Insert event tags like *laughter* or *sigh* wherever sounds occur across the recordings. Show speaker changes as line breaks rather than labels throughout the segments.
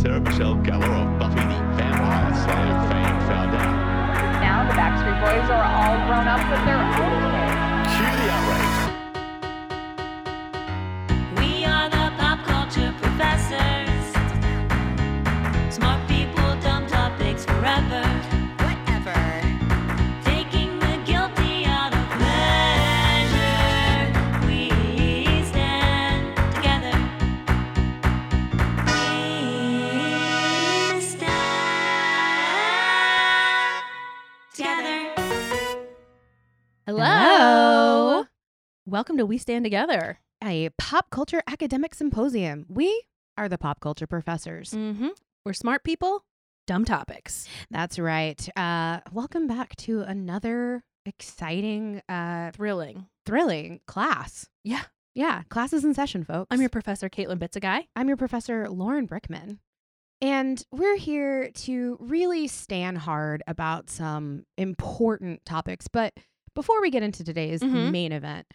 Sarah Michelle Gellar of Buffy the Vampire Slayer fame found out.
Now the Backstreet Boys are all grown up with their own kids.
Cue the outrage.
We are the pop culture professors. Smart people, dumb topics forever. Whatever. Taking the guilty out of pleasure. We stand together. We stand together.
Hello. Welcome to We Stand Together.
A pop culture academic symposium. We are the pop culture professors.
Mm-hmm. We're smart people, dumb topics.
That's right. Uh, welcome back to another exciting, uh,
Thrilling.
thrilling class.
Yeah.
Yeah, class is in session, folks.
I'm your professor, Caitlin Bitsagai.
I'm your professor, Lauren Brickman. And we're here to really stand hard about some important topics. But before we get into today's
Mhm.
main event,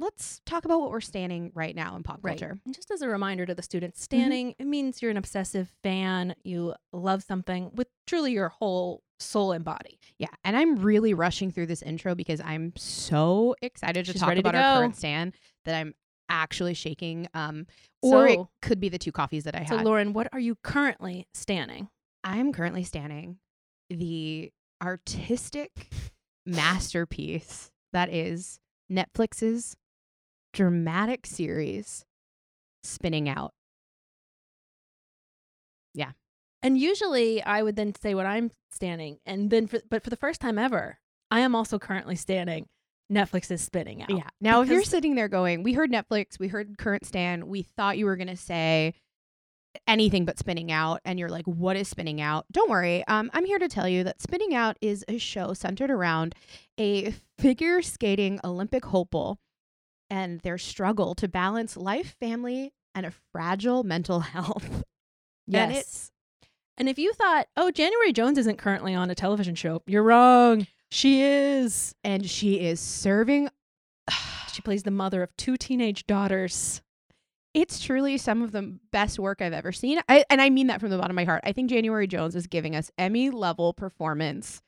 let's talk about what we're standing right now in pop culture.
And Just as a reminder to the students, standing it means you're an obsessive fan. You love something with truly your whole soul and body.
Yeah, and I'm really rushing through this intro because I'm so excited to
She's
talk
ready to
about our
go.
current stand that I'm actually shaking. Um, or it
So-
could be the two coffees that I
So,
had.
Lauren, what are you currently standing?
I'm currently standing the artistic masterpiece that is Netflix's dramatic series spinning out.
And usually, I would then say what I'm standing, and then, for, but for the first time ever, I am also currently standing. Netflix is spinning out.
Yeah. Now, if you're
because-
sitting there going, we heard Netflix, we heard current stand, we thought you were going to say anything but spinning out, and you're like, what is spinning out? Don't worry. Um, I'm here to tell you that spinning out is a show centered around a figure skating Olympic hopeful and their struggle to balance life, family, and a fragile mental *laughs* health.
Yes.
And
And,
it's-
if you thought, oh, January Jones isn't currently on a television show, you're wrong. She is.
And she is serving.
She plays the mother of two teenage daughters.
It's truly some of the best work I've ever seen. I, and I mean that from the bottom of my heart. I think January Jones is giving us Emmy level performance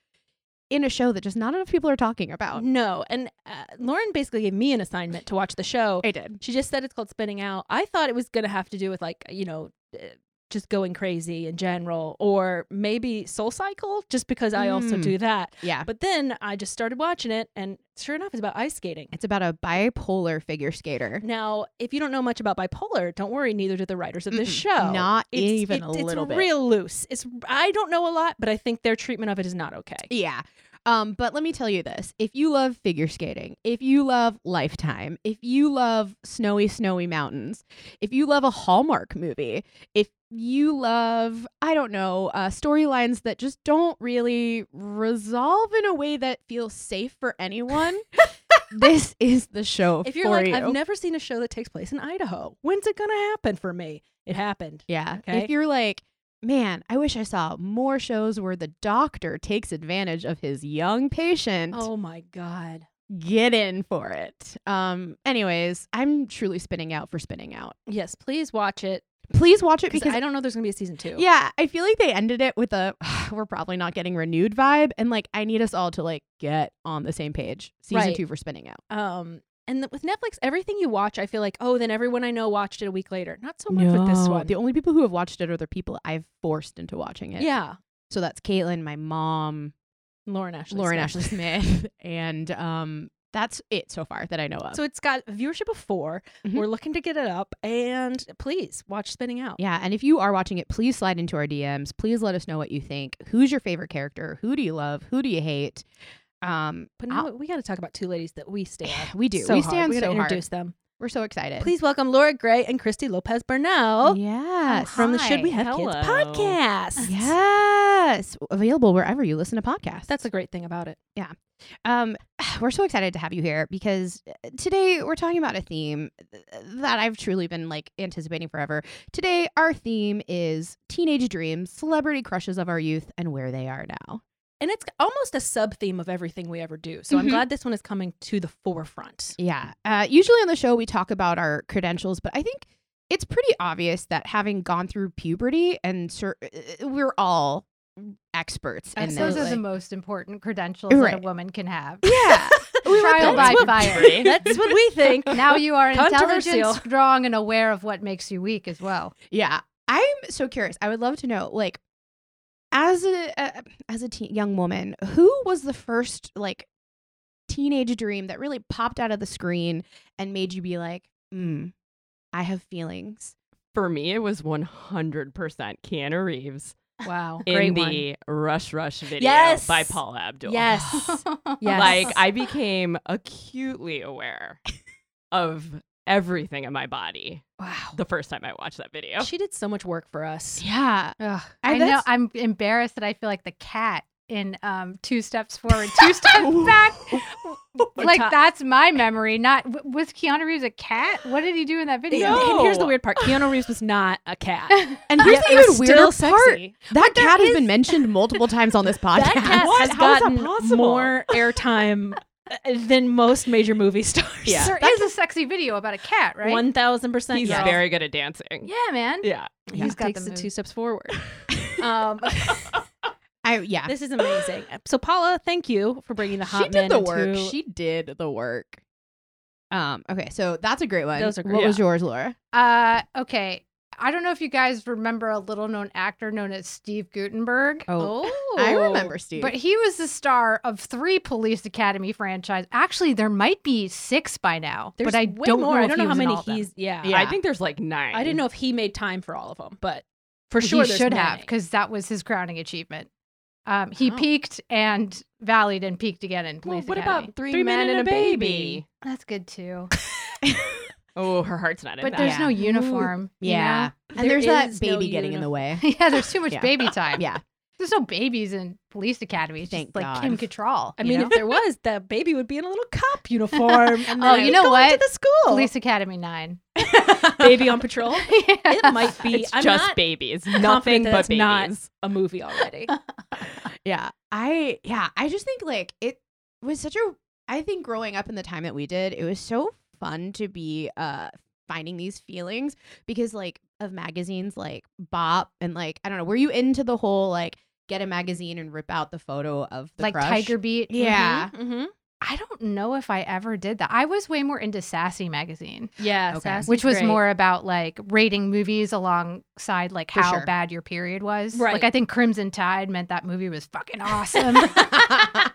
in a show that just not enough people are talking about.
No. And uh, Lauren basically gave me an assignment to watch the show.
I did.
She just said it's called Spinning Out. I thought it was going to have to do with, like, you know, uh, just going crazy in general, or maybe Soul Cycle, just because I also
Mm.
do that.
Yeah.
But then I just started watching it, and sure enough, it's about ice skating.
It's about a bipolar figure skater.
Now, if you don't know much about bipolar, don't worry. Neither do the writers of this
Mm-mm.
show.
Not even a
it's
little bit.
Real loose. It's I don't know a lot, but I think their treatment of it is not okay.
Yeah. Um, but let me tell you this. If you love figure skating, if you love Lifetime, if you love snowy, snowy mountains, if you love a Hallmark movie, if you love, I don't know, uh, storylines that just don't really resolve in a way that feels safe for
*laughs*
anyone, this is the show
If you're
for
like,
you.
I've never seen a show that takes place in Idaho. When's it gonna happen for me? It happened.
yeah.
Okay.
If you're like, man, I wish I saw more shows where the doctor takes advantage of his young patient.
Oh my god.
Get in for it. Um, anyways, I'm truly spinning out for spinning out.
Yes, please
*laughs*
watch it
Please watch it
because
because
I don't know there's gonna be a season two.
yeah, I feel like they ended it with a *sighs* we're probably not getting renewed vibe, and like I need us all to like get on the same page. Season
Right.
two for spinning out.
Um. And th- with Netflix, everything you watch, I feel like, oh, then everyone I know watched it a week later. Not so much with this one.
The only people who have watched it are the people I've forced into watching it.
yeah,
So that's Caitlin, my mom,
Lauren Ashley.
Lauren
Smith.
Ashley Smith, *laughs* and um, that's it so far that I know of.
*laughs* So it's got viewership of 4
Mhm.
We're looking to get it up, and please watch Spinning Out.
yeah, and if you are watching it, please slide into our DMs. Please let us know what you think. Who's your favorite character? Who do you love? Who do you hate? Um,
But
I'll-
now we got to talk about two ladies that we stand.
*sighs* we do.
So
we
hard.
stand
We gotta
so hard.
introduce them.
We're so excited.
Please welcome Laura Gray and Christy Lopez Burnell
Yes.
Uh, from the Should We Have
Hello.
Kids podcast.
Yes. Available wherever you listen to podcasts.
That's a great thing about it.
Um, *sighs* we're so excited to have you here because uh, today we're talking about a theme that I've truly been like anticipating forever. Today, our theme is teenage dreams, celebrity crushes of our youth, and where they are now.
And it's almost a sub theme of everything we ever do. So I'm
Mhm.
glad this one is coming to the forefront.
Yeah. Uh, usually on the show, we talk about our credentials, but I think it's pretty obvious that having gone through puberty and cer- uh, we're all experts. in
those
this.
are the most important credentials that
Right.
a woman can have. *laughs*
yeah.
Trial
That's
by
what- *laughs*
fire.
That's what we *laughs* think.
Now you are
Controversial.
intelligent, strong, and aware of what makes you weak as well.
Yeah, I'm so curious. I would love to know, like, as a, a as a teen, young woman, who was the first like teenage dream that really popped out of the screen and made you be like, "Hmm, I have feelings."
*laughs* For me, it was 100% Keanu Reeves
Wow.
in
Great
the Rush Rush video
Yes.
by Paul Abdul. *laughs*
*laughs* Yes.
one.
Yes.
Like, I became acutely aware of everything in my body
Wow.
the first time I watched that video.
She did so much work for us.
Yeah.
Ugh,
I-
I know
that's-
I'm embarrassed that I feel like the cat in um, two steps forward,
*laughs*
two steps back. like
top.
that's my memory. Not w- was Keanu Reeves a cat? What did he do in that video?
And here's the
No.
weird part Keanu Reeves was not a cat.
And here's the
it
even
was
weirder
still
part.
sexy.
That
there
cat has been
is-
mentioned multiple times
*laughs*
on this podcast.
That cat
What?
has
How is that
gotten
possible?
more airtime uh, than most major movie *laughs* stars.
Yeah.
There is a sexy video about a cat, right?
One thousand percent.
He's
yes.
very good at dancing.
yeah, man.
Yeah.
He
Yeah.
has
got
takes
the
it
move.
two steps forward. um,
*laughs* I, yeah.
*laughs* this is amazing. So Paula, thank you for bringing the hot
she did
men
the work.
into-
She did the work. Um. Okay. So that's a great one.
Those are great.
What was yours, Laura?
Uh, okay. I don't know if you guys remember a little known actor known as Steve Gutenberg.
oh,
I remember Steve.
But he was the star of three Police Academy franchise. Actually, there might be six by now,
There's
but I
way
don't
more.
know.
I
if
don't
he
know how
was in
many
all of them.
he's. Yeah.
I think there's like nine.
I didn't know if he made time for all of them, but for sure
he
there's
should have
many.
because that was his crowning achievement. Um, he
Oh.
Wow.
peaked and vallied and peaked again in
Well,
Police
what
Academy.
about three, men, and a baby?
That's good too.
Oh, her heart's not in
But
that.
there's no
Yeah.
uniform. you
Yeah. And
There
there's that
is no
baby getting in the way.
*laughs*
know? *laughs* yeah. There's too much
Yeah.
baby time.
Yeah.
There's no babies in Police Academy. It's
Thank
just like
God.
Kim Cattrall.
I
you
mean,
know?
if there was, the baby would be in a little cop uniform. and
Oh,
then
you know
going To
what?
the school,
Police Academy Nine.
baby on
*laughs*
patrol. It might be.
It's
I'm
just
not
babies.
confident
Nothing
that
but
it's not
babies.
a movie already.
Yeah. I yeah, I just think like it was such a I think growing up in the time that we did, it was so fun to be uh finding these feelings because like of magazines like Bop and like I don't know, were you into the whole like get a magazine and rip out the photo of the
like
crush?
Tiger Beat.
Yeah.
mm-hmm.
I don't know if I ever did that. I was way more into Sassy magazine,
Yeah,
Okay.
Sassy's
which was
great.
more about like rating movies alongside like
For
how
sure.
bad your period was.
Right.
Like I think Crimson Tide meant that movie was fucking awesome.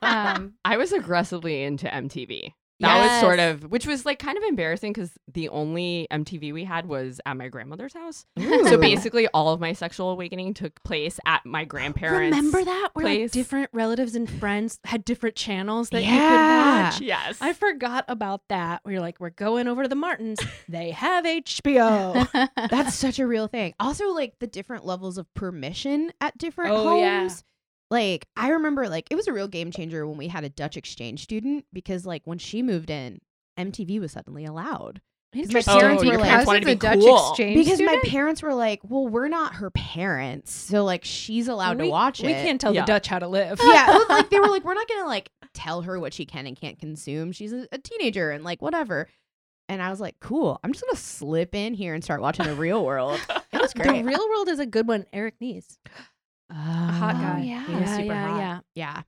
um,
I was aggressively into MTV. That was sort of, which was like kind of embarrassing because the only MTV we had was at my grandmother's house. So
Ooh.
basically, all of my sexual awakening took place at my grandparents.
Remember that where like
place.
different relatives and friends had different channels that
Yeah.
you could watch.
Yes.
I forgot about that. We were like, we're going over to the Martins. they have
*laughs*
HBO.
That's such a real thing. Also, like the different levels of permission at different
Oh,
homes.
yeah.
Like I remember, like it was a real game changer when we had a Dutch exchange student because, like, when she moved in, MTV was suddenly allowed,
Because
my
Oh,
my
parents
parents
were
your
like- I
cousin's
wanted to be
a Dutch
cool.
exchange
because my
student?
parents were like, "Well, we're not her parents, so like she's allowed
we,
to watch it."
We can't tell
Yeah.
the Dutch how to live.
yeah, well, like they were like, "We're not gonna like tell her what she can and can't consume. She's a, a teenager and like whatever." And I was like, "Cool, I'm just gonna slip in here and start watching the Real World." It was
*laughs* the
great.
real world is a good one. Eric Neese, a hot
Oh,
guy.
Yeah,
yeah,
super
yeah,
hot.
yeah.
*sighs* yeah.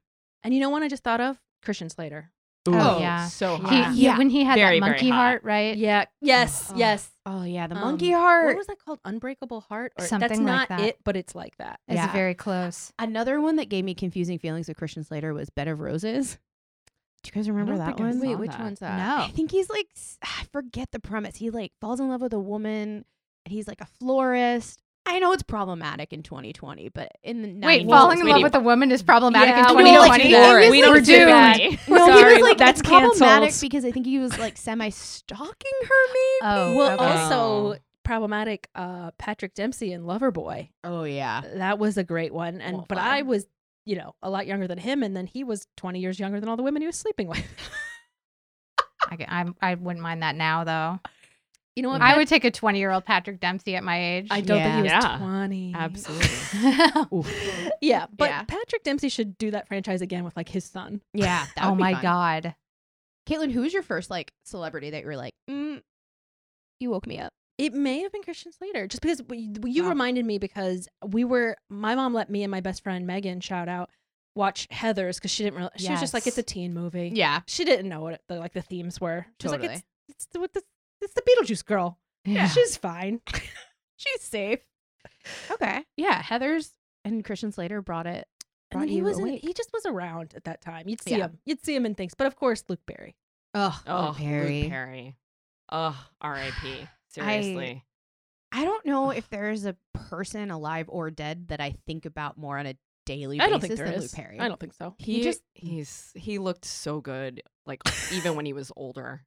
And you know one I just thought of? Christian Slater.
Oh,
yeah.
so
He,
hot.
he-
Yeah.
when he had
Very,
that
very
monkey
hot.
heart, right?
Yeah. Yes.
Oh.
Yes.
Oh yeah, the
Um,
monkey
What
heart.
was that called? Unbreakable Heart. Or,
Something
that's not
like that.
it, but it's like that.
It's
Yeah.
very close.
Another one that gave me confusing feelings with Christian Slater was Bed of Roses. Do you guys remember
don't
that
think I
one?
saw
Wait,
that.
which one's that?
No.
I think he's like s- I forget the premise. He like falls in love with a woman and he's like a florist. I know it's problematic in 2020, but in the 90s,
Wait, falling in
Wait,
love
he-
with a woman is problematic
Yeah,
in
we don't like
2020.
that.
We're
We don't do
doomed.
that.
*laughs* no, he
Sorry,
was like
that's
it's problematic
canceled.
because I think he was like semi stalking her maybe.
Oh,
well, uh,
okay.
also problematic. Uh, Patrick Dempsey in Loverboy.
Oh yeah.
That was a great one. And
Well,
but
fun.
I was, you know, a lot younger than him, and then he was 20 years younger than all the women he was sleeping with. *laughs*
I, g- I'm- I wouldn't mind that now, though.
you know what?
I
Pat-
would take a 20 year old Patrick Dempsey at my age. *laughs* Oh
I don't think he
Yeah.
was
Yeah.
20.
Absolutely.
*laughs* Yeah, but
Yeah.
Patrick Dempsey should do that franchise again with like his son.
Yeah. that
oh
would be
my
fun.
God.
Caitlin, who was your first like celebrity that you were like, mm, you woke me up?
It may have been Christian Slater, just because we, you
Wow.
reminded me because we were my mom let me and my best friend Megan shout out watch Heather's because she didn't really she was just like it's a
Yes.
teen movie.
Yeah.
she didn't know what the, like the themes were. She was like
Totally.
it's it's the, what the, it's the Beetlejuice girl.
Yeah.
she's *laughs* fine.
She's safe. Okay. Yeah. Heather's and Christian Slater brought it.
And then
brought
he
you
was
awake.
he just was around at that time. You'd see
Yeah.
him, you'd see him in things, but of course Luke Barry.
Oh,
Oh, Luke Perry. Oh,
*sighs*
R.I.P. Seriously.
I don't know if there's a person alive or dead that I think about more on a daily
I
basis
don't think there
than
is.
Luke Perry.
I don't think so.
He just
he's he looked so good, like even when he was older.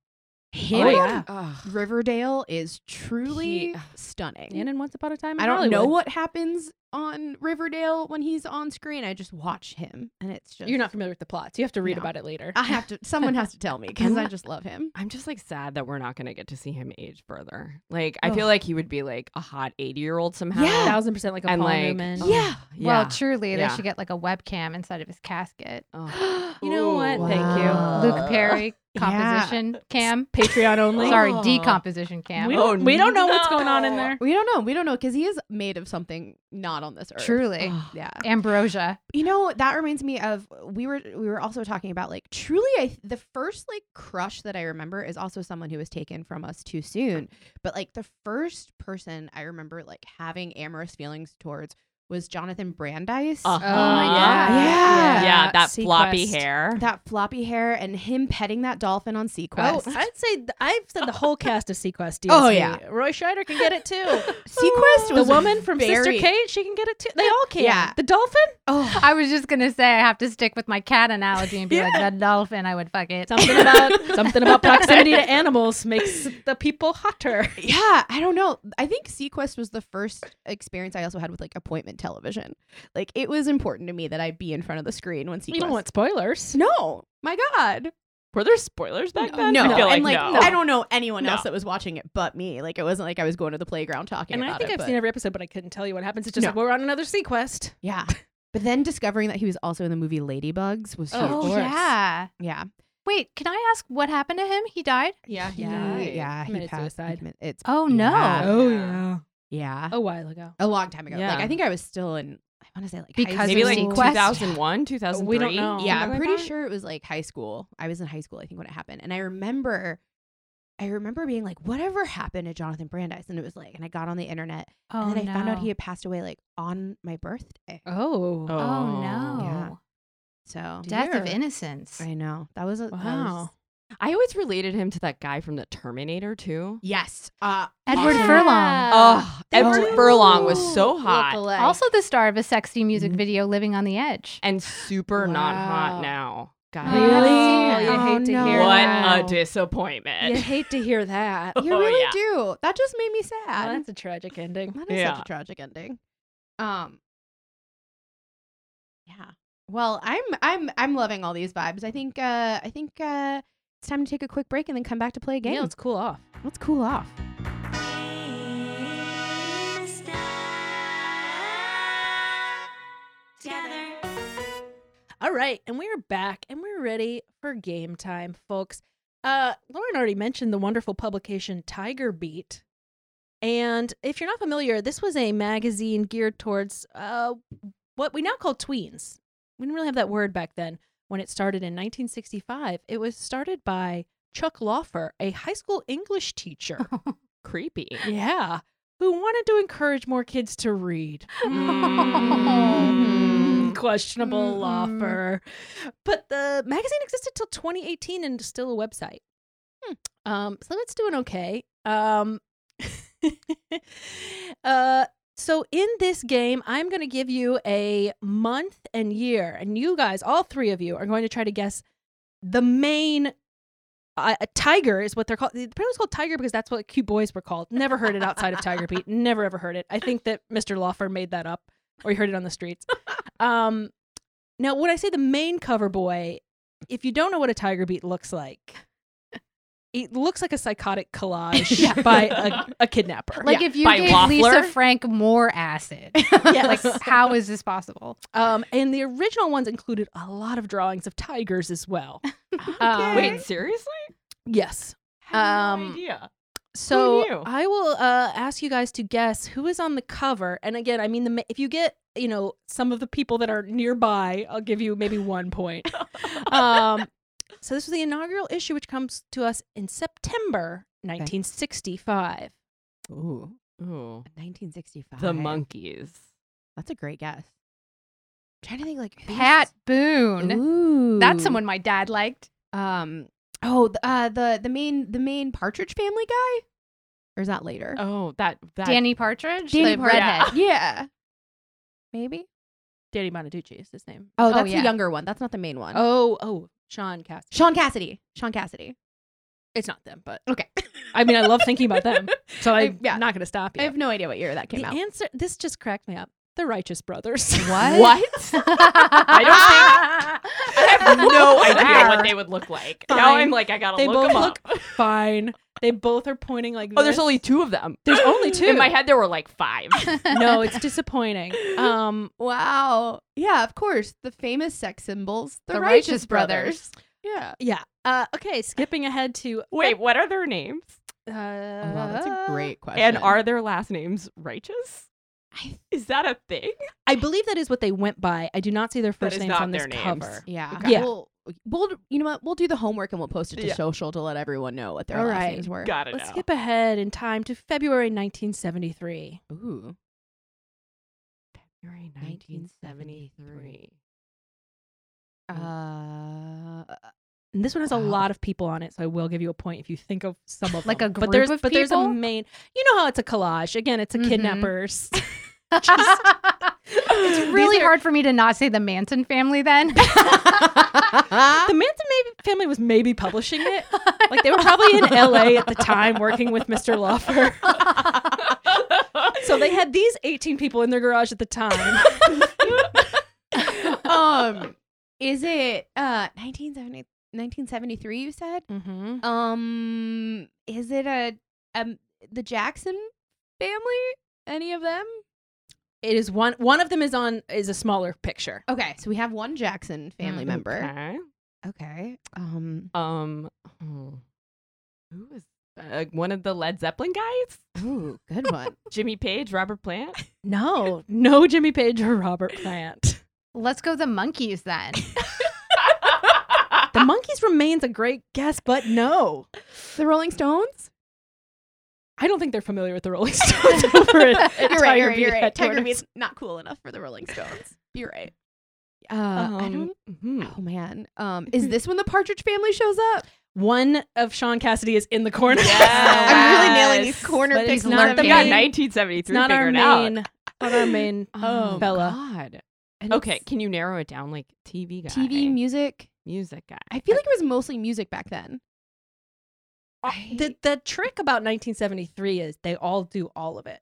him.
Oh, yeah.
Ugh.
Riverdale is truly
He-
stunning.
And in Once Upon a Time, in
I don't know
Hollywood.
what happens on Riverdale when he's on screen. I just watch him, and it's just
You're not familiar with the plots. You have to read
No.
about it later.
I have to. Someone has to tell me because
*laughs*
I just love him.
I'm just like sad that we're not gonna get to see him age further. Like I feel like he would be like a hot 80 year old somehow.
Yeah.
thousand percent like a
and
Paul
like
Newman.
ugh,
Yeah.
yeah.
Well, truly,
Yeah.
they should get like a webcam inside of his *gasps* casket.
*gasps* Ugh.
You know what?
Ooh.
Thank you.
Wow.
Luke *laughs* Perry
Yeah.
composition cam.
Patreon only.
Sorry,
Oh.
decomposition cam.
We don't,
Oh,
we don't know what's going on in
no.
there.
We don't know. We don't know because he is made of something not on this earth.
*laughs* Truly.
Ugh.
Yeah.
Ambrosia.
You know that reminds me of we were we were also talking about like truly I the first like crush that I remember is also someone who was taken from us too soon. But like the first person I remember like having amorous feelings towards was Jonathan Brandeis.
Uh-huh.
Oh God.
Oh, Yeah.
Yeah, that
Sequest.
floppy hair.
That floppy hair and him petting that dolphin on Sequest.
Oh, I'd say th- I've said the whole cast of Sequest. DSV.
Oh, yeah.
Roy Scheider can get it
*laughs*
too.
Sequest
the
was
woman from Sister
very-
Kate, she can get it too. They all can.
Yeah.
The dolphin,
Oh,
I was just gonna say I have to stick with my cat analogy and be like the dolphin. I would fuck it.
something
*laughs*
about something about proximity to animals makes the
*laughs*
people hotter.
yeah, I don't know. I think Sequest was the first experience I also had with like appointment television. Like it was important to me that I be in front of the screen when Sequest.
You don't want spoilers.
no, my God,
Were there spoilers back then?
no.
I feel
and
like,
like
no.
I don't know anyone
No.
else that was watching it but me. Like it wasn't like I was going to the playground talking
And I
about
think
it.
I've
but-
seen every episode, but I couldn't tell you what happens. It's just
No.
like we're on another Sequest.
yeah. But then discovering that he was also in the movie Ladybugs was
Oh,
huge.
oh yeah.
yeah,
Wait, can I ask what happened to him? He died.
Yeah, he
yeah,
died.
yeah. He
Committed
passed. he
suicide.
commit- It's
Oh no.
Yeah.
Oh, yeah.
yeah,
a while ago.
a long time ago.
Yeah.
Like I think I was still in. I want to say like high
Because of
Maybe like
school.
Sequest?
2001, 2003.
know.
Yeah, I'm
something like
pretty
that?
sure it was like high school. I was in high school, I think, when it happened. And I remember, I remember being like, whatever happened to Jonathan Brandeis? And it was like, and I got on the internet
Oh
and then
no.
I found out he had passed away like on my birthday.
Oh.
Oh, no.
So
Death of
Dear.
innocence.
I know that was a that was-
Wow.
I always related him to that guy from the Terminator too.
yes. Uh,
Edward
yeah.
Furlong.
Oh, Edward
do.
Furlong was so hot
Also the star of a sexy music
Mhm.
video, Living on the Edge.
and super not hot
Wow.
now. God,
Really?
Oh,
you
hate to hear
what
that.
a disappointment.
*laughs*
You hate to hear that.
*laughs*
You
Oh,
really
yeah.
do. That just made me
Well,
sad.
that's a tragic ending.
That is
Yeah.
such a tragic ending. Um. Yeah. Well, I'm I'm I'm loving all these vibes. I think uh I think uh it's time to take a quick break and then come back to play a game.
Yeah, let's cool off.
Let's cool off.
Together.
All right, and we're back and we're ready for game time, folks. Uh, Lauren already mentioned the wonderful publication Tiger Beat. And if you're not familiar, this was a magazine geared towards uh, what we now call tweens. We didn't really have that word back then. When it started in 1965, it was started by Chuck Lawfer, a high school English teacher.
Creepy.
yeah, who wanted to encourage more kids to read. Mm-hmm.
Mhm.
Questionable
Mhm.
offer. But the magazine existed till 2018 and is still a website. Um, so it's doing okay. Um, *laughs* uh, so in this game, I'm going to give you a month and year, and you guys, all three of you, are going to try to guess the main. Uh, a tiger is what they're called. The program was called Tiger because that's what cute boys were called. Never heard it outside of Tiger Beat. Never ever heard it. I think that Mr. Lawfer made that up, or he heard it on the
*laughs*
streets. Um, now, when I say the main cover boy, if you don't know what a Tiger Beat looks like, it looks like a psychotic collage
*laughs* Yeah.
by a, a kidnapper.
Like if you
By
gave
Woffler?
Lisa Frank more acid, like how is this possible?
Um, and the original ones included a lot of drawings of tigers as
*laughs*
well. Um,
Wait, seriously?
Yes.
Had no
Um,
idea.
So
knew?
I will uh, ask you guys to guess who is on the cover. And again, I mean, the ma- if you get you know some of the people that are nearby, I'll give you maybe one point. um, so this was the inaugural issue, which comes to us in September 1965.
Ooh,
Ooh.
1965.
The monkeys.
That's a great guess. I'm trying to think like who's-
Pat Boone.
Ooh.
That's someone my dad liked.
Um. Oh, the, uh, the the main the main Partridge Family guy, or is that later?
Oh, that that
*laughs* Danny Partridge,
Danny
the
Partridge. *laughs*
redhead.
Yeah. Maybe.
Danny Bonaducci is his name.
Oh,
Oh,
that's
yeah.
the younger one. That's not the main one.
Oh, oh, Sean Cass.
Sean Cassidy. Sean Cassidy.
It's not them, but *laughs*
Okay.
I mean, I love thinking about them. So I'm
yeah.
not going to stop you.
I have no idea what year that came
the
out.
answer. This just cracked me up. The Righteous Brothers.
What?
I don't think *laughs* I have no idea *laughs* what they would look like. Now
Fine.
I'm like I gotta
They
look
both
them
look
up. *laughs*
fine. They both are pointing like.
Oh, there's
this.
only two of them.
There's only two.
In my head, there were like five.
no, it's
*laughs*
disappointing. Um,
wow. Yeah, of course. The famous sex symbols, the,
*laughs* The
Righteous,
Righteous
Brothers.
Brothers.
Yeah.
yeah. Uh, okay, skipping ahead to
Wait, what are their names?
Uh,
Oh, question.
And are their last names righteous? Is that a thing?
I believe that is what they went by. I do not see their first
is
names
not
on this
their names.
cover.
yeah.
Okay. Yeah.
We'll, we'll you know what? We'll do the homework and we'll post it to
Yeah.
social to let everyone know what their
All
last
right.
names were.
Gotta
Let's
know.
skip ahead in time to February 1973.
Ooh.
February
1973. Uh,
And this one has a
Wow.
lot of people on it, so I will give you a point if you think of some of
Like
them.
a
but there's,
group of
but there's a
people?
main. You know how it's a collage. Again, it's a
Mhm.
Mm-hmm.
kidnappers.
*laughs* it's really
These are-
hard for me to not say the Manson family
*laughs*
then.
the Manson maybe family was maybe publishing it. Like they were probably in LA at the time working with Mr. Lawfer. So they had these 18 people in their garage at the time.
um, is it uh 1970, 1973? You said.
mm-hmm.
Um, is it a um the Jackson family? Any of them?
It is one one of them is on is a smaller picture.
Okay, so we have one Jackson family
Mm,
member.
Okay.
Mm-hmm. Okay. Um.
Um, hmm. who is uh, one of the Led Zeppelin guys?
Ooh, good one.
*laughs* Jimmy Page, Robert Plant.
No, Oh, no Jimmy Page or Robert Plant.
Let's go the monkeys then.
The Monkeys remains a great guess, but no.
the Rolling Stones. *laughs*
I don't think they're familiar with the Rolling Stones over
*laughs*
it.
you're right. You're
Tiger
right.
Beat
You're right. Tiger
headquarters.
Beat's not cool enough for the Rolling Stones. You're right. Uh, I
Um,
don't.
hmm.
Oh man. *laughs* Um, is this when the Partridge Family shows up?
One of Sean Cassidy is in the corner. *laughs*
I'm really nailing
Yes.
these corner
But
picks.
it's not the
We got
main-
1973
It's not our
figured
main,
out.
not our main
Oh,
fella.
God.
And
Okay,
it's
can you narrow it down like TV guy?
TV music.
music guy.
I feel like it was mostly music back then. I-
The, the trick about 1973 is they all do all of it.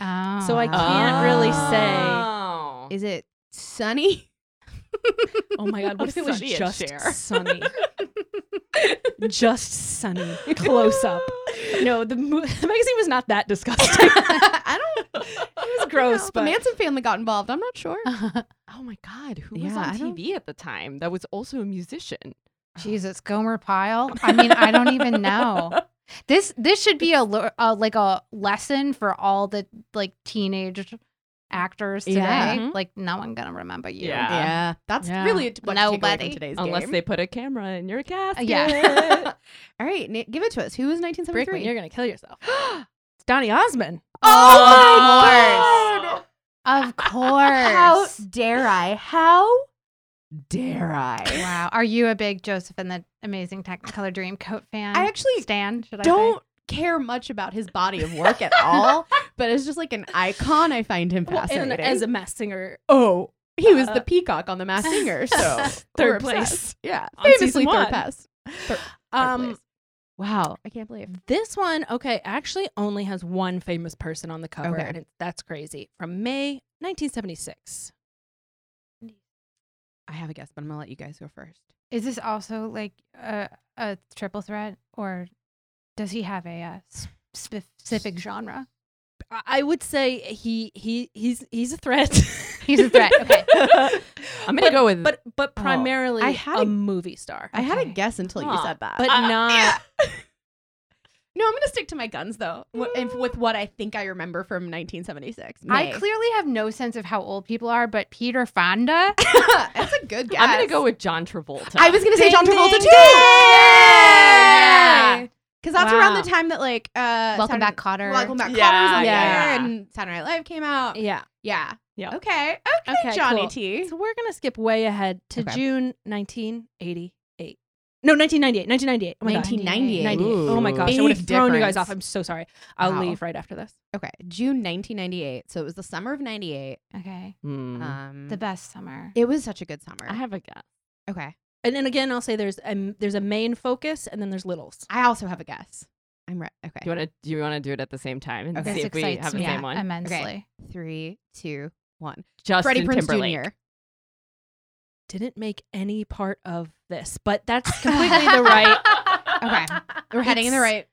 Oh.
So I can't
Ah. *laughs*
really say.
Oh.
Is it Sunny? *laughs*
Oh my God, what if it was
Sunny and
just
Cher.
Sunny? just Sunny. Close up. no, the, mo- *laughs* the magazine was not that disgusting.
I don't. It
was gross,
the
but-
Manson family got involved. I'm not sure.
Oh my God, who was
Yeah,
on
I don't-
TV at the time that was also a musician?
Jesus, Gomer Pyle. I mean, I don't
*laughs*
even know. This this should be a, le- a like a lesson for all the like teenage actors today.
Yeah. Mm-hmm.
Like no one gonna remember you.
Yeah.
that's
Yeah.
really t- what nobody
Nobody.
today's
Unless
game.
they put a camera in your casket.
Yeah.
All right, Nate, give it to us. Who was
Brickman,
1973?
you're gonna kill yourself. *gasps* it's Donny Osmond.
oh my God!
Of course.
How dare I? How dare *laughs* I?
wow. Are you a big Joseph and the Amazing Technicolor Dreamcoat fan?
I actually
Stan, should I say?
don't care much about his body of work at all, but it's just like an icon. I find him
Well,
fascinating.
and as a mass singer,
oh, he was the peacock on The *laughs* Masked Singer, so
Third
we're
place.
obsessed. yeah,
On season
famously
one.
third pass. Third,
um,
wow, I can't believe.
this one, okay, actually only has one famous person on the cover,
Okay.
and it, that's crazy. From May 1976.
I have a guess, but I'm gonna let you guys go first.
Is this also like a, a triple threat, or does he have a, uh, s- specific genre?
I- I would say he he he's he's a threat.
He's a threat,
*laughs*
okay.
I'm gonna
But-
go with.
but but primarily
Oh, I had
a,
a-
movie star.
I had a
Okay.
guess uh, until you
Huh.
said that,
but not
no, I'm gonna stick to my guns though, wh- if- with what I think I remember from 1976.
I
May.
clearly have no sense of how old people are, but
*laughs*
Peter Fonda.
That's a good
*laughs*
guess.
I'm gonna go with John Travolta.
I was gonna say
Ding,
John Travolta
ding,
too.
ding.
Yeah,
Yay.
because that's around
Wow.
the time that like uh,
Welcome
Saturday-
back, Cotter.
Welcome back,
Yeah,
Cotter was on
yeah.
there, and Saturday Night Live came out.
yeah.
Yeah.
Yeah.
Okay. Okay,
Okay,
Johnny
cool.
Oh
T.
So we're gonna skip way ahead to
Okay.
June 1988. No, 1998. 1998. Oh my god.
1998.
98. Oh my gosh, I would have
Big
thrown you
difference.
guys off. I'm so sorry. I'll
Wow.
leave right after this.
Okay, June 1998. So it was the summer of 98.
Okay,
Hmm.
Um,
the best summer.
it was such a good summer.
I have a guess.
okay.
And then again, I'll say there's a there's a main focus, and then there's littles.
I also have a guess. I'm right. Okay.
Do you want to? Do you want to do it at the same time and
Okay.
see
this
if we have
excites
the
me
same one?
immensely.
Three, two, one.
Justin
Freddie Prinze
Timberlake.
Jr.
Didn't make any part of this, but that's
*laughs*
*laughs*
completely the *laughs* right.
Okay. We're heading in the
It's-
right.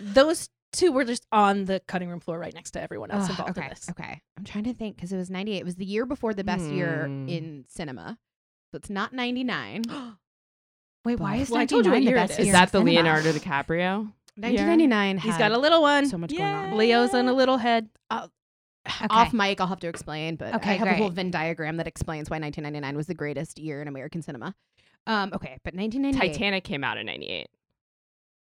Those two were just on the cutting room floor, right next to everyone else
Ugh,
involved
okay.
in this.
Okay. I'm trying to think because it was 98. It was the year before the best year
Hmm.
in cinema. So it's not 99.
*gasps*
Wait, why is
Well, I
well,
told you what
99 the
year it
best
is.
year
Is
in
that the
cinema?
Leonardo DiCaprio?
1999.
He's
had-
got a little one.
so much going on.
Leo's in a little head. uh,
Off mic, I'll have to explain, but I
Okay,
have a whole
great.
Venn diagram that explains why 1999 was the greatest year in American cinema. Um, okay, but 1998.
Titanic came out in '98.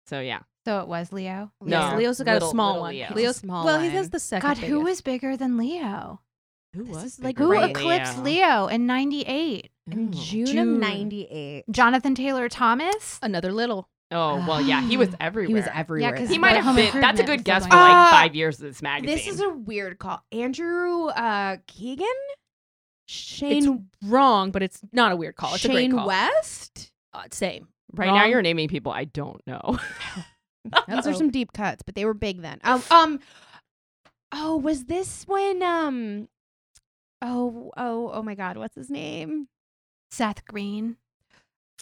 So yeah.
So it was Leo.
No.
Yes, Leo's got
Little-
a small
little
one.
Leo.
Leo's
Small
Well, he
one.
has the second.
God, who
biggest.
was bigger than Leo?
Who
This
was
is, like,
bigger
Who
Right.
than
eclipsed Leo in 98?
In
Ooh.
June,
June.
of 98.
Jonathan Taylor Thomas?
another little?
Oh well, yeah, he
*sighs*
was everywhere.
He was
Yeah,
everywhere.
'cause
He might
But
have
Home
been. That's a
Improvement
good guess
was like-
for like
Uh,
five years. Of this magazine.
This is a weird call. Andrew uh, Keegan?
It's
Shane,
wrong, but it's not a weird call. It's a great
Shane
call.
West?
Uh, same.
right now.
wrong.
You're naming people I don't
*laughs*
know.
*laughs* Those are some deep cuts, but they were big then. *laughs* Um, um Oh, was this when um Oh, oh, oh my god, what's his name?
Seth Green.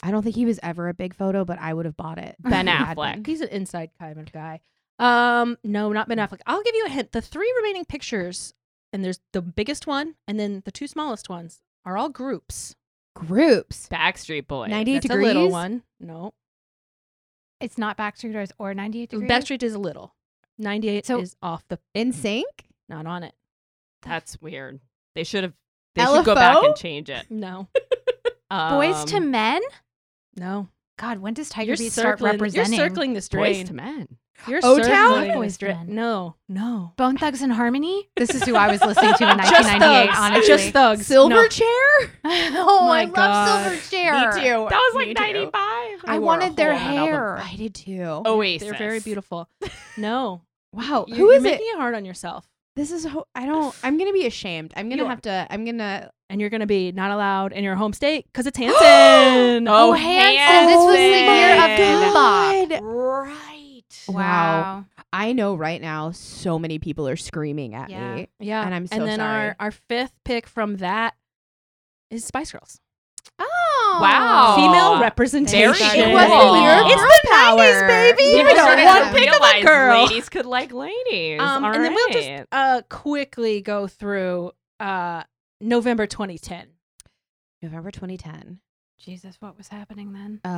I don't think he was ever a big photo, but I would have bought *laughs* it.
Ben
if it had
Affleck.
been.
He's an inside kind of guy. Um, no, not Ben Affleck. I'll give you a hint. The three remaining pictures, and there's the biggest one, and then the two smallest ones are all groups.
Groups.
Backstreet Boys.
98
That's
degrees.
a little one. No,
It's not Backstreet Boys or 98 Degrees.
Backstreet is a little. Ninety-eight
So-
is off the,
In sync.
not on it.
That's weird. They should have. They should go back
LFO?
and change it.
No,
*laughs* Boys to
Um,
Men?
no.
God, when does Tiger
you're
Beat start
circling. You're
representing?
circling this
Boys
drain.
to Men.
You're
O-Town?
circling
Boys
this
to
drain.
Men.
No, no.
Bone Thugs and Harmony? This is who I was
*laughs*
listening to in
Just
1998,
thugs.
honestly.
Just thugs. No.
Chair?
*laughs* oh,
My
I
God.
love Silver Chair.
Me too.
That was like
Me too.
'95.
I wanted their
whole album.
hair.
I did too.
Oasis.
They're very *gasps* beautiful. No.
Wow.
Oh, You-
Who
you're
is it?
making it hard on yourself.
This is. Ho- I
*laughs*
don't. I'm gonna be ashamed. I'm gonna
You are.
have to. I'm gonna.
and you're gonna be not allowed in your home state because
*gasps*
it's Hanson.
Oh,
Hanson. This was the year of
Oh,
Hanson.
Bebop.
God.
Right.
uh, Wow. I know right now. So many people are screaming at
Yeah.
me.
yeah.
And I'm so
and then
sorry.
our our fifth pick from that is Spice Girls.
Oh,
Wow.
Female
Very
representation.
cool.
It was the year of
It's
girl
the 90s,
power.
baby.
Yeah.
We got
Yeah.
one pick of a
realize
girl.
Ladies could like ladies.
Um,
All
and then we'll just
right.
uh, quickly go through uh, November 2010.
November 2010.
Jesus, what was happening then?
Uh,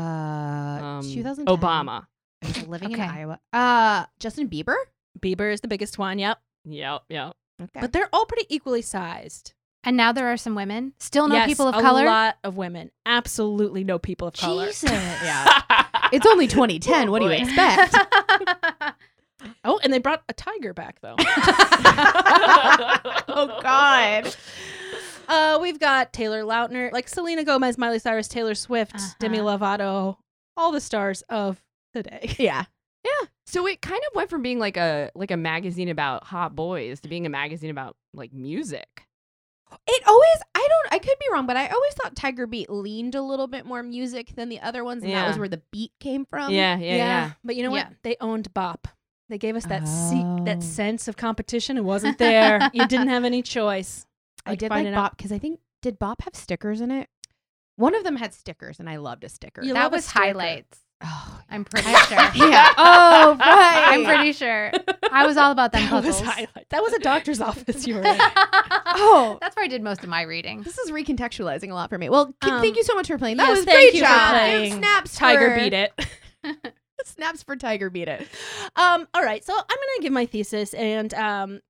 Um,
2010.
Obama.
Living in
Okay.
Iowa. Uh, Justin Bieber.
*laughs* Bieber is the biggest one, yep.
Yep, yep.
Okay.
But they're all pretty equally sized.
And now there are some women. Still no
Yes,
people of
a
color. *laughs*
lot of women. Absolutely no people of color.
Jesus. yeah.
*laughs*
It's only 2010. what do you
Boy.
expect?
*laughs* Oh, and they brought a tiger back, though. *laughs*
oh God.
Uh, we've got Taylor Lautner, like Selena Gomez, Miley Cyrus, Taylor Swift, Demi
Uh-huh.
Lovato, all the stars of *laughs* today.
Yeah.
So it kind of went from being like a like a magazine about hot boys to being a magazine about like music.
It always. I don't. I could be wrong, but I always thought Tiger Beat leaned a little bit more music than the other ones, and that
Yeah.
was where the beat came from.
yeah, yeah, yeah.
But you know
Yeah.
what? They owned Bop. They gave us that se-
Oh.
that sense of competition. It wasn't there. you didn't have any choice.
I did
find
like
it out-
Bop because I think did Bop have stickers in it? One of them had stickers, and I loved a sticker.
You
that
love a
was
sticker.
highlights.
oh,
*laughs*
I'm pretty sure.
*sighs*
*laughs*
yeah. *laughs* Oh, right.
I'm pretty sure. I was all about them
*laughs* That
puzzles.
was highlight. That was a doctor's office. You were
*laughs*
in.
Oh.
That's where I did most of my
*laughs*
reading.
This is recontextualizing a lot for me. Well, Kim,
Um,
thank you so much for playing. *laughs* That
yes,
was
thank
great
you for
job.
playing
Snaps
Tiger
for,
beat it.
*laughs* Snaps for Tiger beat it.
Um, all right, so I'm gonna give my thesis, and um,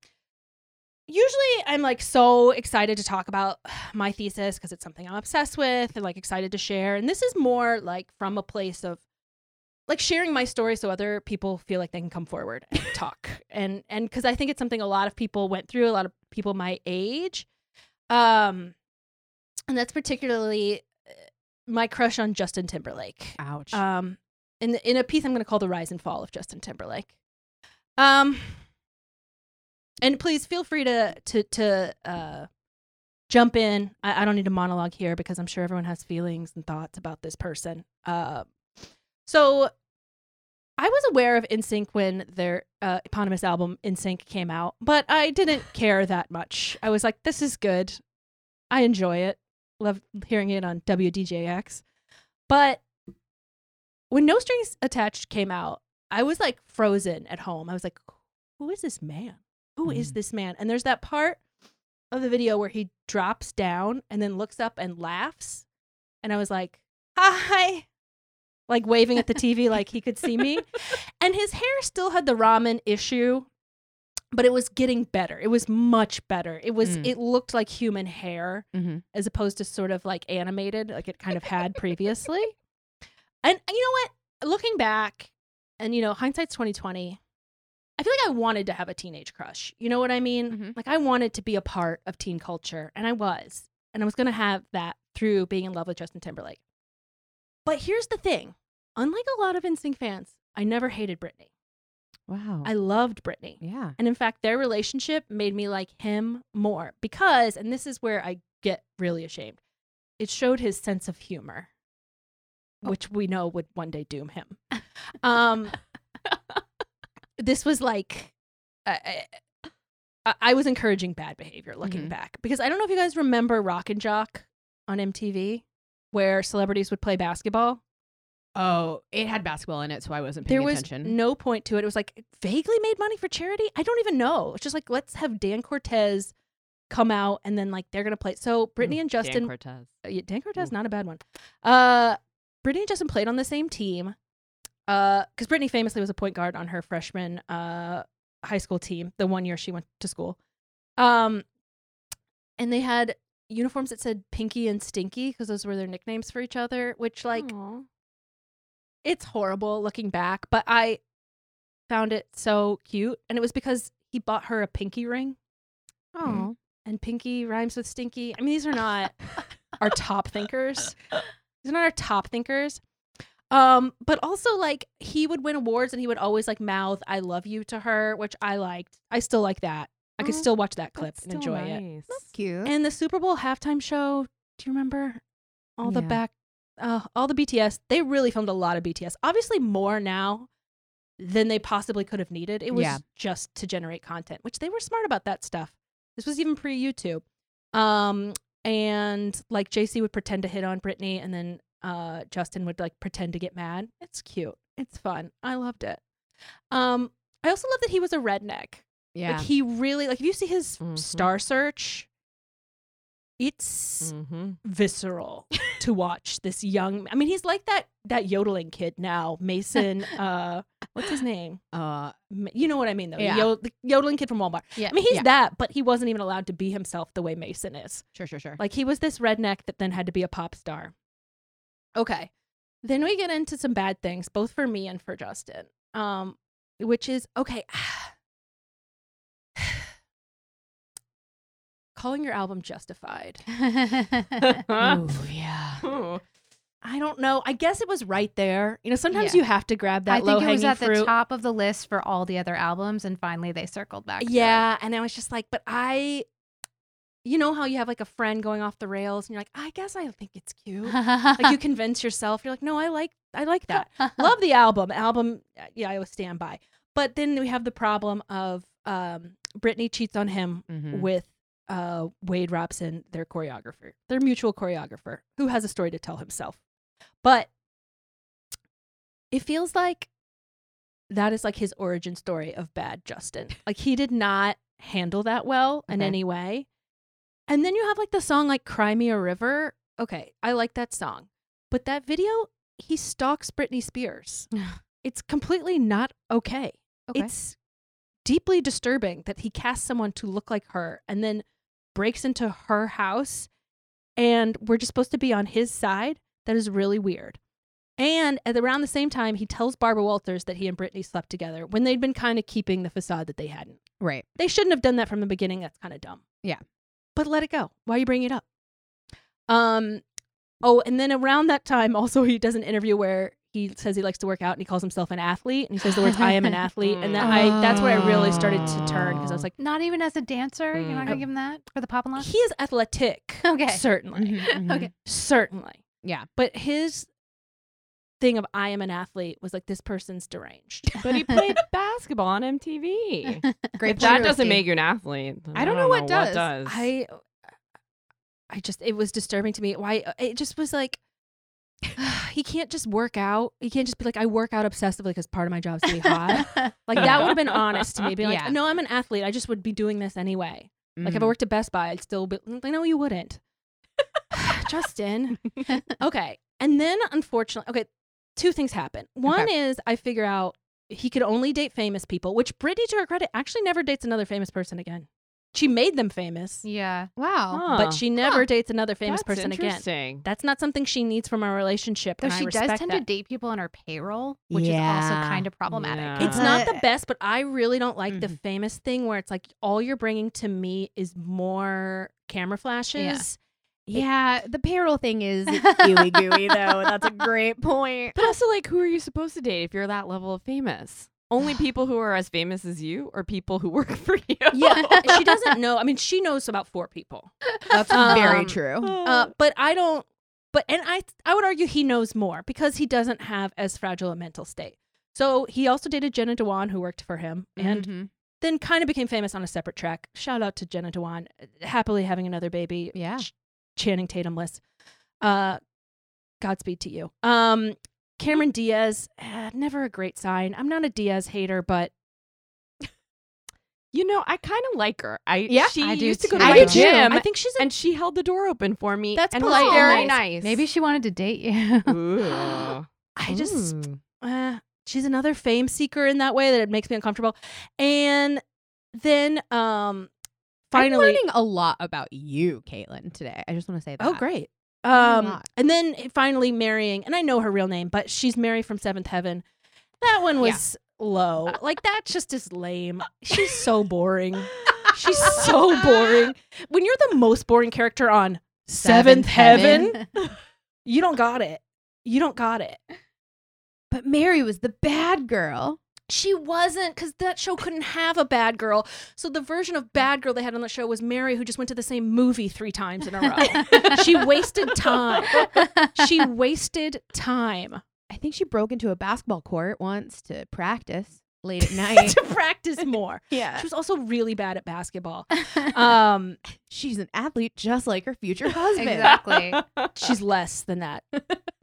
usually I'm like so excited to talk about *sighs* my thesis because it's something I'm obsessed with and like excited to share. And this is more like from a place of like sharing my story so other people feel like they can come forward and talk, and and because I think it's something a lot of people went through, a lot of people my age, um, and that's particularly uh, my crush on Justin Timberlake
Ouch.
um, in in a piece I'm going to call "The Rise and Fall of Justin Timberlake." Um, and please feel free to to to uh, jump in. I, I don't need a monologue here because I'm sure everyone has feelings and thoughts about this person. Uh, so I was aware of NSYNC when their uh, eponymous album NSYNC came out, but I didn't care that much. I was like, "This is good. I enjoy it. Love hearing it on WDJX." But when No Strings Attached came out, I was like frozen at home. I was like, who is this man? Who is this man? And there's that part of the video where he drops down and then looks up and laughs. And I was like, hi, like waving at the TV like he could see me. And his hair still had the ramen issue, but it was getting better. It was much better. It was,
Mm.
it looked like human hair
Mhm.
as opposed to sort of like animated, like it kind of had previously. And you know what? Looking back, and you know, hindsight's twenty twenty. I feel like I wanted to have a teenage crush. You know what I mean?
Mhm.
Like I wanted to be a part of teen culture, and I was, and I was gonna have that through being in love with Justin Timberlake. But here's the thing: unlike a lot of NSYNC fans, I never hated Britney.
Wow.
I loved Britney.
yeah.
And in fact, their relationship made me like him more because, and this is where I get really ashamed, it showed his sense of humor, which we know would one day doom him. Um, this was like, I, I, I was encouraging bad behavior looking
Mhm.
back because I don't know if you guys remember Rock and Jock on MTV where celebrities would play basketball.
Oh, it had basketball in it, so I wasn't paying
There was
attention.
no point to it. It was like vaguely made money for charity. I don't even know. It's just like let's have Dan Cortez come out and then like they're gonna play.
Mm,
So Brittany and Justin,
Dan Cortez.
uh, yeah, Dan Cortez, not a bad one. Uh, Brittany and Justin played on the same team. Uh, because Brittany famously was a point guard on her freshman uh high school team, the one year she went to school. Um, and they had uniforms that said Pinky and Stinky because those were their nicknames for each other, which like
Aw.
it's horrible looking back, but I found it so cute. And it was because he bought her a pinky ring,
Oh.
and pinky rhymes with stinky. I mean, these
*laughs*
are not our top thinkers. These are not our top thinkers. Um, but also like he would win awards and he would always like mouth "I love you" to her, which I liked. I still like that. I could
Oh,
still watch that clip
That's
and
still
enjoy it.
nice.
cute.
And the Super Bowl halftime show, do you remember? All the
Yeah.
back, uh, all the BTS. They really filmed a lot of BTS. Obviously, more now than they possibly could have needed. It was
Yeah.
just to generate content, which they were smart about that stuff. This was even pre YouTube. Um, and like JC would pretend to hit on Brittany, and then uh, Justin would like pretend to get mad. It's cute. It's fun. I loved it. Um, I also love that he was a redneck.
Yeah.
Like he really like if you see his
Mhm.
star search, it's
Mm-hmm.
*laughs* visceral to watch this young. I mean, he's like that that yodeling kid now, *laughs* Mason. uh, what's his name?
uh,
Ma- You know what I mean, though. The
Yeah.
yo- the yodeling kid from Walmart.
Yeah.
I mean, he's
Yeah.
that, but he wasn't even allowed to be himself the way Mason is.
sure, sure, sure.
Like he was this redneck that then had to be a pop star. Okay. Then we get into some bad things, both for me and for Justin. Um, which is okay. *sighs* calling your album justified.
oh yeah.
*laughs*
I don't know. I guess it was right there. You know, sometimes
Yeah.
you have to grab that
I
low
think it
hanging
was at
fruit.
the top of the list for all the other albums, and finally they circled back. to it.
Yeah, and I was just like, but I, you know how you have like a friend going off the rails, and you're like, I guess I think it's cute. *laughs* like
*laughs*
you convince yourself you're like no i like i like that love the album album yeah i always stand by but then we have the problem of um brittany cheats on him
Mm-hmm.
Mhm.
with uh wade robson their choreographer their mutual choreographer who has a story to tell himself but it feels like that is like his origin story of bad justin like he did not handle that well in
Okay.
any way and then you have like the song like cry me a river okay i like that song but that video, he stalks Britney Spears. it's completely not okay.
Okay.
It's deeply disturbing that he casts someone to look like her and then breaks into her house and we're just supposed to be on his side. That is really weird. And at around the same time, he tells Barbara Walters that he and Britney slept together when they'd been kind of keeping the facade that they hadn't.
Right.
They shouldn't have done that from the beginning. That's kind of dumb.
Yeah.
But let it go. Why are you bringing it up? Um. Oh, and then around that time, also he does an interview where he says he likes to work out and he calls himself an athlete and he says the
*laughs*
words "I am an athlete" and that I that's where I really started to turn because I was like,
Not even as a dancer, you're not
Mm.
gonna give him that for the pop and lock.
he is athletic, *laughs*
Okay.
certainly,
Mm-hmm,
Okay.
certainly,
Yeah.
But his thing of "I am an athlete" was like this person's deranged.
But he played
*laughs*
*laughs*
basketball on MTV.
Great.
If that
point.
doesn't make you an athlete, then
I don't know what does.
I I just it was disturbing to me. Why uh, it just was like *sighs* he can't just work out. He can't just be like I work out obsessively because part of my job is to be hot. like that would have been honest to me. Be like,
Yeah.
no, I'm an athlete. I just would be doing this anyway. Like if I
Mm.
Mhm.
worked at Best Buy, I'd still be. I know you
*laughs*
wouldn't, Justin. *laughs* okay, and then unfortunately, okay, two things happen. One is I figure out he could only date famous people, which Brittany, to her credit, actually never dates another famous person again. She made them famous,
yeah.
Wow.
but she never dates another famous
That's
person again.
interesting.
That's not something she needs from a relationship.
Though
and I
she does
respect
tend
that.
to date people on her payroll, which is
Yeah.
also kind of problematic.
Yeah.
It's not the best, but I really don't like the
Mm-hmm.
Mhm.
famous thing where it's like all you're bringing to me is more camera flashes.
Yeah, Uh, the payroll thing
*laughs*
is ooey gooey though. That's a great point.
But also, like, who are you supposed to date if you're that level of famous?
*sighs*
Only people who are as famous as you, or people who work *laughs* for you.
she doesn't know. I mean, she knows about four people,
That's very
Um,
true.
Oh.
uh, but I don't. But and I, I would argue he knows more because he doesn't have as fragile a mental state. So he also dated Jenna Dewan, who worked for him, and
Mhm.
then kind of became famous on a separate track. Shout out to Jenna Dewan, happily having another baby.
Yeah.
Ch- Channing Tatum list. Uh, Godspeed to you. Um, Cameron Diaz, eh, never a great sign. I'm not a Diaz hater, but
You know, I kind of like her. I
Yeah,
she
I do
used to go
too.
to
I
my
do too.
gym,
I think she's a
and she held the door open for me.
That's
and was
oh,
pretty
very
nice.
nice.
Maybe she wanted to date you.
*gasps* Ooh.
I just
Ooh.
uh, she's another fame seeker in that way that it makes me uncomfortable. And then
I'm
um, finally,
learning a lot about you, Caitlin, today. I just want to say that.
Oh, great.
a
Um,
lot.
and then finally marrying, and I know her real name, but she's Mary from Seventh Heaven. That one
Yeah.
was low. Like that just is lame. She's so boring.
*laughs*
She's so boring. When you're the most boring character on Seventh, Heaven,
*laughs*
you don't got it. You don't got it.
But Mary was the bad girl.
She wasn't because that show couldn't have a bad girl. So the version of bad girl they had on the show was Mary, who just went to the same movie three times in a
*laughs*
row. she wasted time. She wasted time.
I think she broke into a basketball court once to practice. late *laughs* at night.
to practice more.
yeah.
She was also really bad at basketball. Um,
She's an athlete just like her future husband.
*laughs*
exactly.
she's less than that.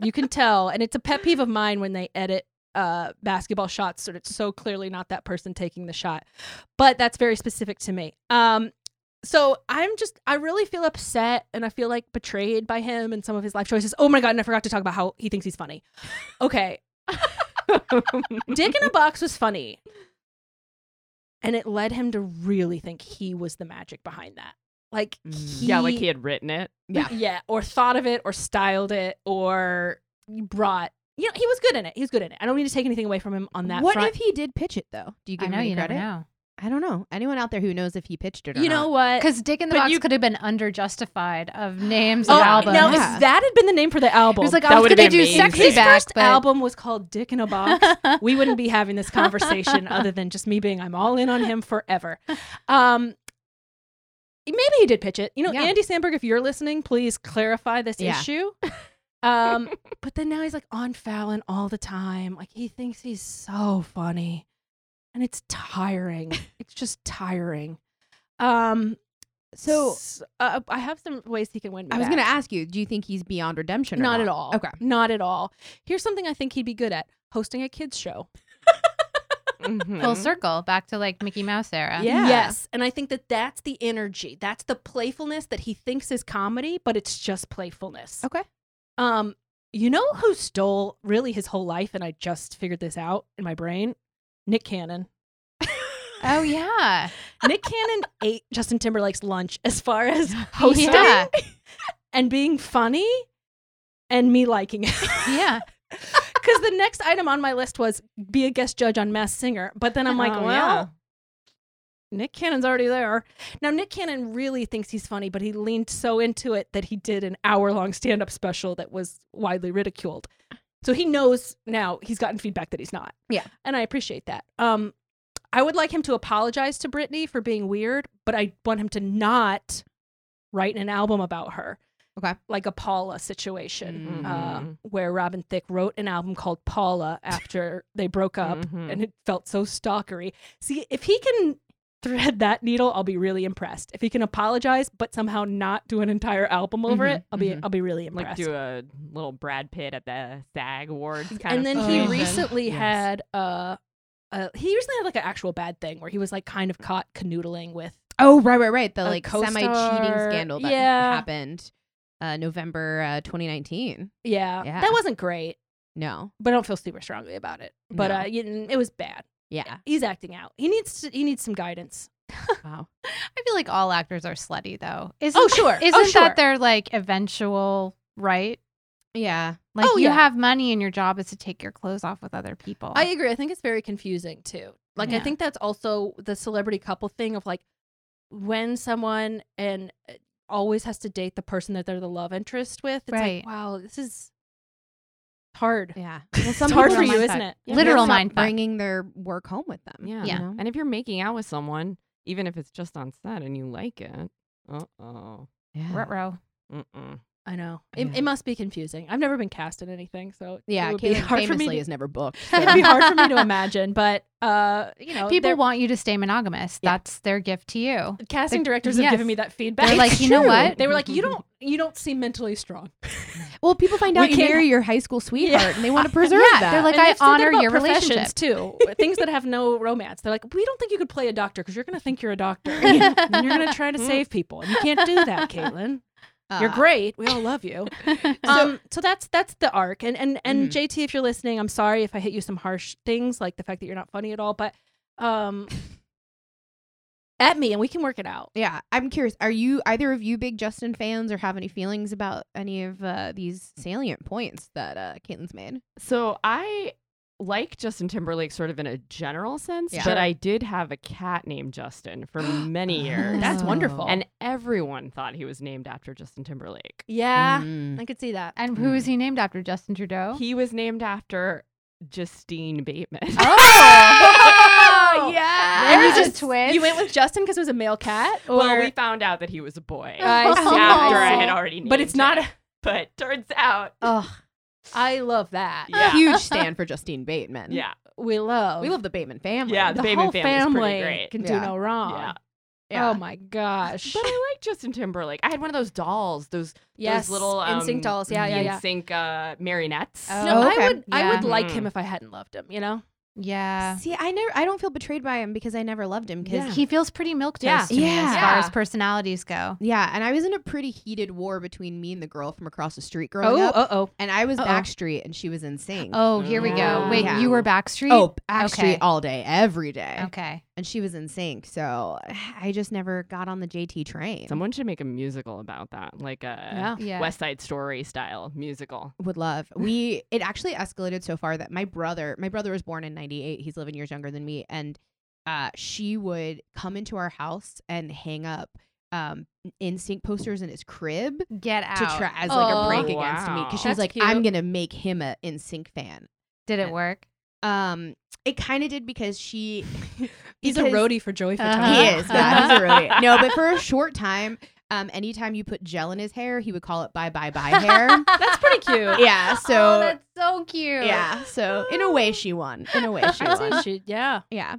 You can tell, and it's a pet peeve of mine when they edit uh basketball shots so it's so clearly not that person taking the shot. But that's very specific to me. Um so I'm just I really feel upset and I feel like betrayed by him and some of his life choices. Oh my god, and I forgot to talk about how he thinks he's funny. Okay.
*laughs*
Dick in a box was funny. And it led him to really think he was the magic behind that. Like he,
*laughs* Mm. yeah, like he had written it. *laughs*
Yeah.
yeah, or thought of it, or styled it, or brought. You know, he was good in it. He was good in it. I don't need to take anything away from him on that.
what
front.
if he did pitch it though? Do you
I
give him
know
any
you never
credit?
know.
I don't know. Anyone out there who knows if he pitched it or
you know
not?
what?
Because Dick in the
But
Box
you-
could have been underjustified of names
Oh,
and albums.
now
yeah.
if that had been the name for the album,
He's like,
That
I was
would've
gonna
been
do
amazing.
sexy
his
back,
first
but
album was called Dick
*laughs*
in a Box. we wouldn't be having this *laughs* conversation other than just me being I'm all in on him forever. Um, maybe he did pitch it. You know,
Yeah.
Andy Sandberg, if you're listening, please clarify this
Yeah.
issue. *laughs* Um, but then now he's like on Fallon all the time. Like he thinks he's so funny, and it's *laughs* tiring. it's just tiring. Um,
So
s- uh, I have some ways he can win. me
I was
back.
going to ask you, do you think he's beyond redemption? Or
Not
not,
at all.
Okay.
Not at all. Here's something I think he'd be good at hosting a kids show.
full
Mhm.
circle back to like Mickey Mouse era.
Yeah.
Yes. And I think that that's the energy. That's the playfulness that he thinks is comedy, but it's just playfulness.
Okay.
Um, you know who stole really his whole life and I just figured this out in my brain?
*laughs*
Nick Cannon.
Oh yeah.
Nick Cannon ate Justin Timberlake's lunch as far as *laughs*
*laughs*
hosting
Yeah.
and being funny and me liking it.
Yeah.
Because the next item on my list was be a guest judge on Mass Singer. But then I'm like,
Oh,
well,
yeah.
Nick Cannon's already there. Now, Nick Cannon really thinks he's funny, but he leaned so into it that he did an hour long stand up special that was widely ridiculed. So he knows now he's gotten feedback that he's not.
Yeah.
And I appreciate that. Um, I would like him to apologize to Britney for being weird, but I want him to not write an album about her.
Okay.
Like a Paula situation uh,
Mhm.
where Robin Thicke wrote an album called Paula after they broke up
Mm-hmm.
Mhm.
and it felt so stalkery. See, if he can thread that needle, I'll be really impressed. If he can apologize but somehow not do an entire album over
Mhm,
it, I'll be
mhm.
I'll be really
like
impressed.
do a little Brad Pitt at the SAG Awards kind of
and then
Oh,
he
yeah.
recently
Yes.
had uh, uh he recently had like an actual bad thing where he was like kind of caught canoodling with
Oh, right, right, right. The
A
like
co-star.
semi cheating scandal that
Yeah.
happened uh, November uh, 2019.
yeah,
Yeah.
that wasn't great,
No.
but I don't feel super strongly about it. But
No.
uh you- it was bad.
Yeah.
He's acting out. He needs to, he needs some guidance.
wow.
I feel like all actors are slutty though. Isn't,
Oh, sure. Oh,
Isn't
sure.
that their like eventual right?
Yeah.
Like
Oh,
you
yeah.
have money and your job is to take your clothes off with other people.
I agree. I think it's very confusing too. Like I
Yeah.
think that's also the celebrity couple thing of like when someone and uh, always has to date the person that they're the love interest with. It's
Right.
like wow, this is hard.
Yeah.
Well, *laughs*
some
it's hard
people
for
are
you,
like
isn't
that.
it?
Yeah.
Literal
Can't stop
mind fuck.
Bringing their work home with them.
Yeah.
Yeah.
You know?
And if you're making out with someone, even if it's just on set and you like it, uh oh.
Yeah.
Ruh-roh.
Mm-mm.
I know. It,
Yeah.
it must be confusing. I've never been cast in anything, so
Yeah.
it would be
Caitlin
hard for
famously
me. To,
is never booked.
it'd be hard for me *laughs* to imagine, but uh, you know,
People
they're-
want you to stay monogamous.
Yeah.
That's their gift to you.
casting
they're-
directors have
yes.
given me that feedback.
They're like,
It's
"You
*laughs*
know
true."
what?
They were like, you don't, you don't seem mentally strong.
Well, people find
We
out you
can't-
marry your high school sweetheart and they
*laughs*
want to preserve
Uh, Yeah,
that.
they're like,
And
I
they've said that
honor
about
your
professions,
relationship.
too. Things that have no romance. They're like, we don't think you could play a doctor because you're going to think you're a doctor. *laughs* and you're going to try to save people. And you can't do that, Caitlin. You're
Uh,
great. We all love you. um, so that's that's the arc. And and and JT, if you're listening, I'm sorry if I hit you some harsh things, like the fact that you're not funny at all. But um, at me, and we can work it out.
Yeah, I'm curious. Are you either of you big Justin fans or have any feelings about any of uh, these salient points that uh, Caitlin's made?
So I like Justin Timberlake sort of in a general sense,
Yeah.
but
Sure.
I did have a cat named Justin *gasps* for many years.
That's
Oh.
wonderful.
and everyone thought he was named after Justin Timberlake.
Yeah,
Mm.
I could see that.
*laughs* And who is he named after? Justin
Oh.
Trudeau?
He was named after Justine Bateman.
oh!
yeah.
There's a twist.
You went with Justin because it was a male cat, or
*laughs* well, we found out that he was a boy
Oh. I see,
after I
I see.
had already named
but it's not.
him. But turns out
Ugh.
I love that.
Yeah.
Huge stand for Justine Bateman.
Yeah.
We love.
We love the Bateman family.
Yeah,
the,
the Bateman
whole
family's
family
pretty great.
can do
Yeah.
no wrong.
Yeah.
Yeah.
Oh my gosh.
But I like Justin Timberlake. I had one of those dolls, those
yes.
those little um,
NSYNC dolls. Yeah, yeah, yeah.
NSYNC uh, marionettes.
Oh.
No, I
okay.
would I would
Yeah.
like
Mhm.
him if I hadn't loved him, you know?
Yeah.
See, I never, I don't feel betrayed by him because I never loved him. Because
Yeah.
He feels pretty milk
Yeah.
toast to me as
Yeah.
far as personalities go.
Yeah, and I was in a pretty heated war between me and the girl from across the street growing
Oh,
up.
uh oh.
And I was
Uh-oh.
Backstreet, and she was insane.
Oh, here we go.
Yeah.
Wait,
Yeah.
you were Backstreet?
oh Backstreet
okay.
all day, every day.
Okay.
And she was in sync, so I just never got on the JT train.
Someone should make a musical about that, like a
Yeah.
West Side Story style musical.
would love. We it actually escalated so far that my brother, my brother was born in '98. He's 11 years younger than me, and uh, she would come into our house and hang up um, NSYNC posters in his crib.
Get out.
to try as like
Oh.
a prank against me because she was
That's
like,
cute.
"I'm gonna make him a NSYNC fan."
Did it work?
Um, it kind of did because
*laughs*
she
He's a
because-
roadie for Joy
Uh-huh.
Fatone.
He is, yeah, *laughs* he's a
*laughs*
Uh-huh.
roadie. No, but for a short time, um, anytime you put gel in his hair, he would call it "bye bye
*laughs*
bye hair."
*laughs* That's pretty
cute.
yeah,
oh,
so
that's so cute.
yeah, so in a way, she won. In a way, she
I'd say
won.
she- yeah.
Yeah,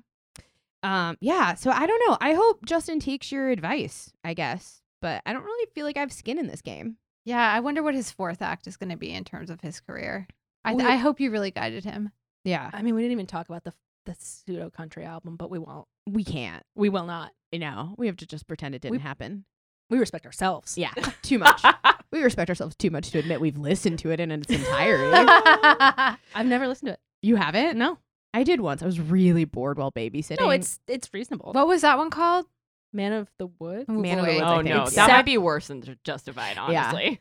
um, yeah. So I don't know. I hope Justin takes your advice. I guess, but I don't really feel like I have skin in this game.
Yeah, I wonder what his fourth act is going to be in terms of his career. I,
We-
I hope you really guided him. *laughs*
Yeah,
I mean, we didn't even talk about the the pseudo country album, but we won't.
Uh, we can't.
We will not.
You know, we have to just pretend it didn't
We- *laughs*
happen.
We respect ourselves.
Yeah, too much. we respect ourselves too much to admit we've listened to it in its entirety.
*laughs*
That's
I've never listened to it.
you haven't? No. I did once. I was really bored while babysitting.
No, it's it's reasonable.
Oh, what was that one called?
Man of the Wood.
Man of the
boy.
Woods, I
Oh
think.
no,
It's
that
sad-
might be worse than Ju- Justified, honestly.
It-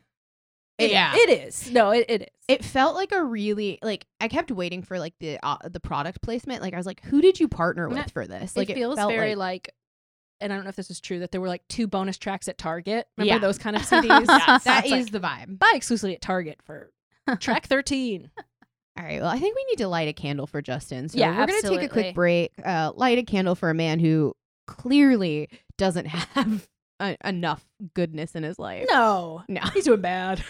yeah. It,
It is. No, it, it is.
felt like a really like I kept waiting for like the uh, the product placement. Like I was like, who did you partner
Nah,
with for this?
It
Like
feels
felt
very
like,
like, and I don't know if this is true that there were like two bonus tracks at Target. Remember
Yeah.
those kind of CDs?
Yes.
that
it's
is
like-
the vibe.
Buy exclusively at Target for track thirteen.
All right. Well, I think we need to light a candle for Justin. So
Yeah,
we're gonna take a
absolutely.
quick break. Uh, light a candle for a man who clearly doesn't *laughs* have uh enough goodness in his life.
No,
No.
*laughs* he's doing bad.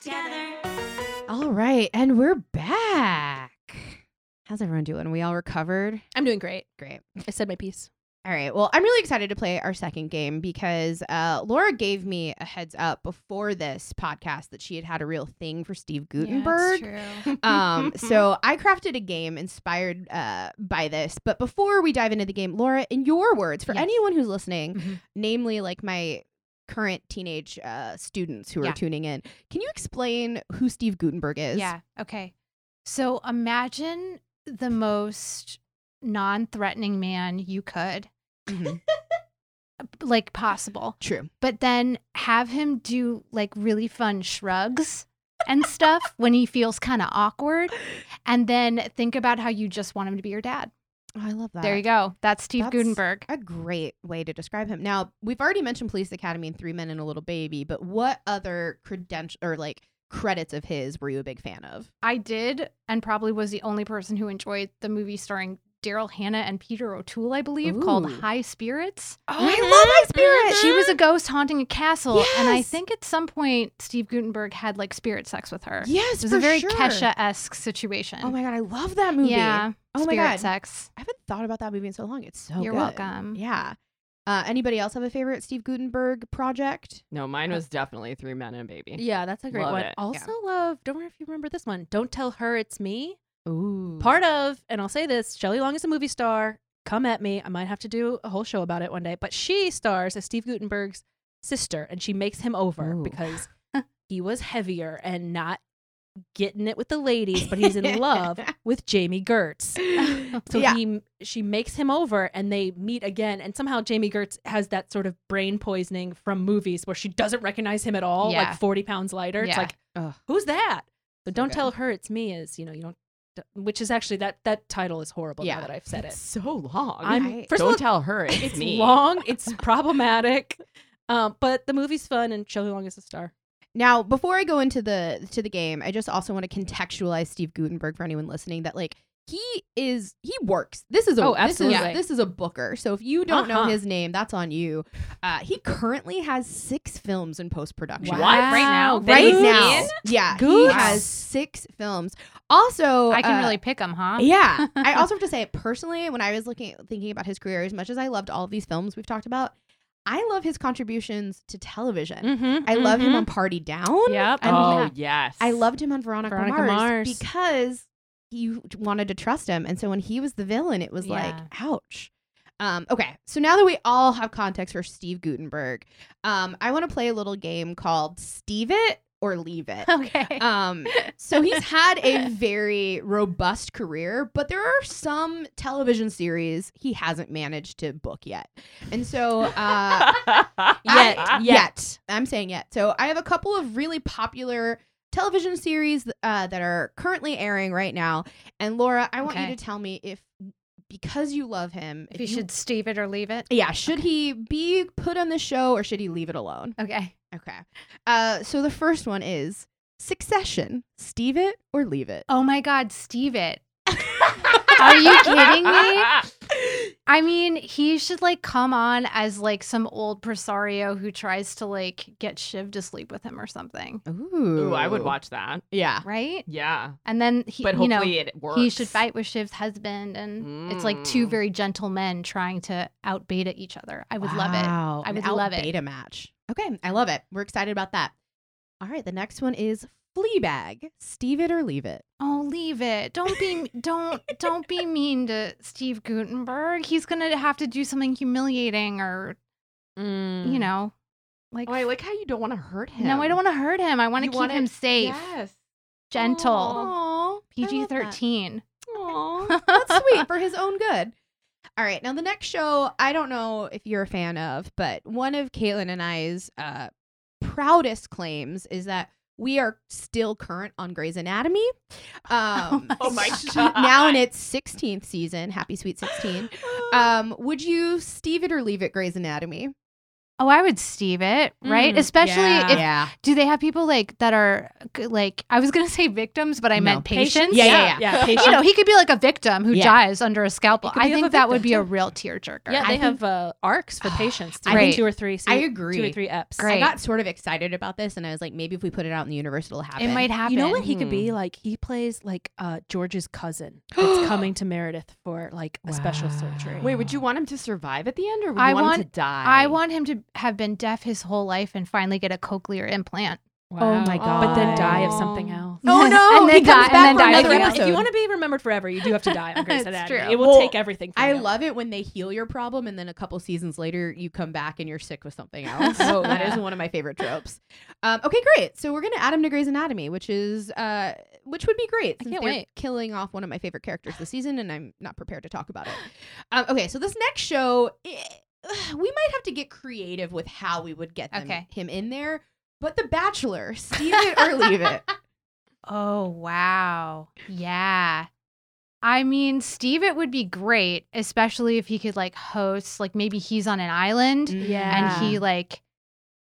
Together.
All right, and we're back. How's everyone doing? We all recovered?
I'm doing great.
Great.
I said my piece.
All right. Well, I'm really excited to play our second game because uh, Laura gave me a heads up before this podcast that she had had a real thing for Steve Gutenberg.
true. *laughs*
um, so I crafted a game inspired uh, by this. But before we dive into the game, Laura, in your words, for
Yes.
anyone who's listening,
Mhm.
namely like my current teenage uh, students who
Yeah.
are tuning in, can you explain who Steve Gutenberg is?
Yeah. Okay. So imagine the most non threatening man you could,
Mhm.
*laughs* like possible,
True.
but then have him do like really fun shrugs and stuff when he feels kind of awkward. And then think about how you just want him to be your dad.
Oh, I love that.
There you go. That's Steve
That's-
Gutenberg.
a great way to describe him. Now, we've already mentioned Police Academy and Three Men and a Little Baby, but what other credential or like credits of his were you a big fan of?
I did, and probably was the only person who enjoyed the movie starring Daryl Hannah and Peter O'Toole, I believe, called
Ooh.
High Spirits. Mm-hmm.
Oh, I love High
But
Spirit.
She was a ghost haunting a castle, and I
Mm-hmm. Yes.
think at some point Steve Gutenberg had like spirit sex with her.
yes,
it was
for
a very
sure.
Kesha esque situation.
Oh my god, I love that movie.
Yeah.
Oh my
spirit
god,
sex.
I haven't thought about that movie in so long. It's so
You're
good.
welcome.
Yeah. Uh, anybody else have a favorite Steve Gutenberg project?
No,
Uh,
mine was definitely Three Men and a Baby.
Yeah, that's a great
Love
one.
it. Yeah.
Also love. Don't know if you remember this one. Don't tell her it's me.
Ooh, *laughs*
Part of, and I'll say this: Shelley Long is a movie star. Come at me. I might have to do a whole show about it one day. But she stars as Steve Gutenberg's sister, and she makes him over
Ooh. *laughs*
because he was heavier and not getting it with the ladies, but
*laughs*
he's in love with Jamie Gertz. So
yeah.
he she makes him over and they meet again and somehow Jamie Gertz has that sort of brain poisoning from movies where she doesn't recognize him at all
Yeah.
like 40 pounds lighter it's
Yeah.
like
Ugh.
who's that so don't
good.
tell her it's me is you know you don't which is actually that that title is horrible
Yeah.
now that I've said it
so long. *laughs*
I'm
I-
first of
Don't
all
tell her it's,
it's
me.
long
*laughs*
it's problematic um but the movie's fun and Shelley Long is a star
Now, before I go into the to the game, I just also want to contextualize Steve Gutenberg for anyone listening that like he is he works. This is a
Oh,
This
absolutely.
is, this is a booker. So if you don't know
Uh-huh.
his name, that's on you. Uh, he currently has six films in post production.
Wow. What?
Right now?
Right
That
now,
is
yeah,
Good.
he has six films. Also,
I can
uh,
really pick them, huh? *laughs*
yeah. I also have to say, personally, when I was looking thinking about his career, as much as I loved all of these films we've talked about, I love his contributions to television. I love him on Party Down.
Yep.
*laughs* I mean,
oh yes, *laughs*
I loved him on Veronica,
Veronica
Mars,
Mars.
because you wanted to trust him, and so when he was the villain, it was like,
Yeah.
ouch. Um, okay, so now that we all have context for Steve Gutenberg, um, I want to play a little game called Steve It or Leave It.
*laughs* Okay.
Um, so he's had a very robust career, but there are some television series he hasn't managed to book yet. And so, uh, yet, yet, I'm saying yet. So I have a couple of really popular television series uh, that are currently airing right now. And Laura, I want
Okay.
you to tell me if, because you love him,
if you should Steve it or leave it.
yeah, should he be put on the show or should he leave it alone?
Okay.
Okay. Uh, so the first one is Succession. Steve it or leave it.
Oh my God, Steve it. *laughs* Are you kidding me? I mean, he should like come on as like some old presario who tries to like get Shiv to sleep with him or something,
Ooh.
Ooh, I would watch that.
Ah, Yeah.
right?
Yeah,
And then he,
but
you
hopefully
know,
it works.
he should fight with Shiv's husband, and it's like two
Mm.
very gentle men trying to out beta each other. I would love it.
Wow,
I
an
would
out
love it.
Beta match. Okay. I love it. We're excited about that. All right. The next one is Fleabag. Steve it or leave it.
Oh, leave it! Don't *laughs* be don't don't be mean to Steve Gutenberg. He's gonna have to do something humiliating, or
Mm.
you know, like
Oh, I like how you don't want to hurt him.
no, I don't want to hurt him. I want to
You
keep
want
him
it-
safe,
Yes.
gentle.
Aww.
PG thirteen. *laughs*
That's sweet for his own good. All right. Now, the next show, I don't know if you're a fan of, but one of Caitlin and I's uh, proudest claims is that we are still current on Grey's Anatomy. Um,
Oh my God.
Now in its 16th season. Happy Sweet 16. Um, would you Steve it or leave it, Grey's Anatomy?
Oh, I would Steve it, right?
Mm,
Especially
yeah.
if do they have people like that are like I was gonna *laughs* say victims, but I
No.
meant patients.
Yeah, yeah, yeah.
*laughs* You know, he could be like a victim who
Yeah.
dies under a scalpel.
could
I
be of a
think that would
victim,
*laughs*
be a
too.
real tearjerker.
Yeah,
I
they
think-
have uh, arcs for patients.
I
I think
think-
two or three. se-
I
Two
agree.
or three eps.
Great.
I got sort of excited about this, and I was like, maybe if we put it out in the universe, it'll happen.
it might happen.
You know what he could be
Mhm.
like? He plays like uh, George's *gasps* cousin that's coming to Meredith for like a special surgery.
Wait, would you want him to survive at the end, or would
I
you want, him
want-
to die? *laughs*
I want him to have been deaf his whole life and finally get a cochlear implant.
Oh
Wow. my
But then
God.
die of something else.
*laughs* Oh, no,
*laughs* and then
he comes
die, and
back for
then die of
another
something
episode.
else.
if you want to be remembered forever, you do have to die on *laughs* Grey's
It's
Anatomy.
true.
It will
Well,
take everything. From
I
you. *laughs*
love it when they heal your problem and then a couple seasons later you come back and you're sick with
*laughs*
something else. So that is one of my favorite tropes. Um, okay, great. So we're gonna add him to Grey's Anatomy, which is uh, which would be great.
I
since
can't
they're
wait.
Killing off one of my favorite characters this season, and I'm not prepared to talk about it. Um, okay, so this next show, eh, we might have to get creative with how we would get them,
Okay.
him in there. But The Bachelor, steal it or leave it.
Oh wow. Yeah. I mean, Steve it would be great, especially if he could like host, like maybe he's on an
*laughs*
island
Yeah.
and he like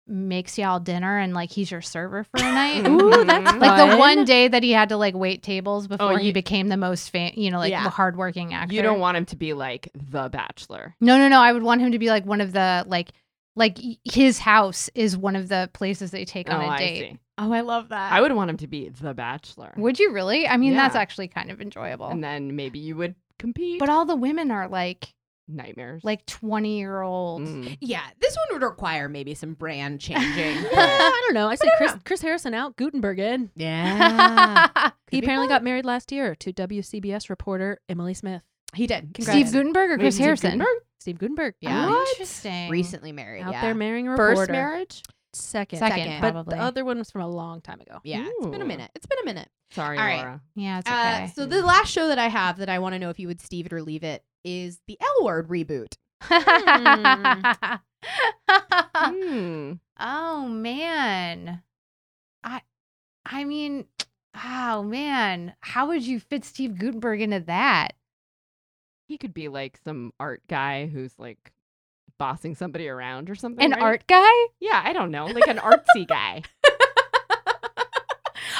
makes y'all dinner and like he's your server
*laughs*
for a night.
Ooh, that's
Mhm.
Like the
fun.
one day that he had to like wait tables before he
Oh, you-
became the most fam- you know, like
Yeah.
the hardworking actor.
You don't want him to be like the Bachelor.
No, no, no. I would want him to be like one of the like like y- his house is one of the places they take on
oh,
a
I
date.
see.
Oh, I love that.
I would want him to be the Bachelor,
Would you really? I mean, that's
Yeah.
actually kind of enjoyable.
and then maybe you would compete.
but all the women are like
nightmares,
like 20 year olds. *laughs*
Mm.
yeah, this one would require maybe some brand changing.
*laughs* Yeah, I don't know. I say Chris, Chris Harrison out, Gutenberg in.
*laughs* yeah.
He
Could be
apparently
fun.
got married last year to WCBS reporter Emily Smith.
He did.
Steve Gutenberg or
Wait,
Chris
Steve
Harrison?
Gutenberg?
Steve Gutenberg.
Yeah.
What?
Interesting.
Recently married.
Out
yeah.
there marrying a reporter.
First marriage.
Second.
Second,
Second,
But
probably.
the other one was from a long time ago.
Yeah. It's been a
Ooh.
minute. It's been a minute.
Sorry,
All right.
Laura.
yeah, it's
Uh,
okay.
so the last show that I have that I want to know if you would Steve it or leave it is the L Word reboot. *laughs*
Uh,
Hmm.
oh man. I I mean, oh man, how would you fit Steve Gutenberg into that?
He could be like some art guy who's like bossing somebody around or something.
An
right?
art guy?
Yeah, I don't know, like an artsy guy.
*laughs*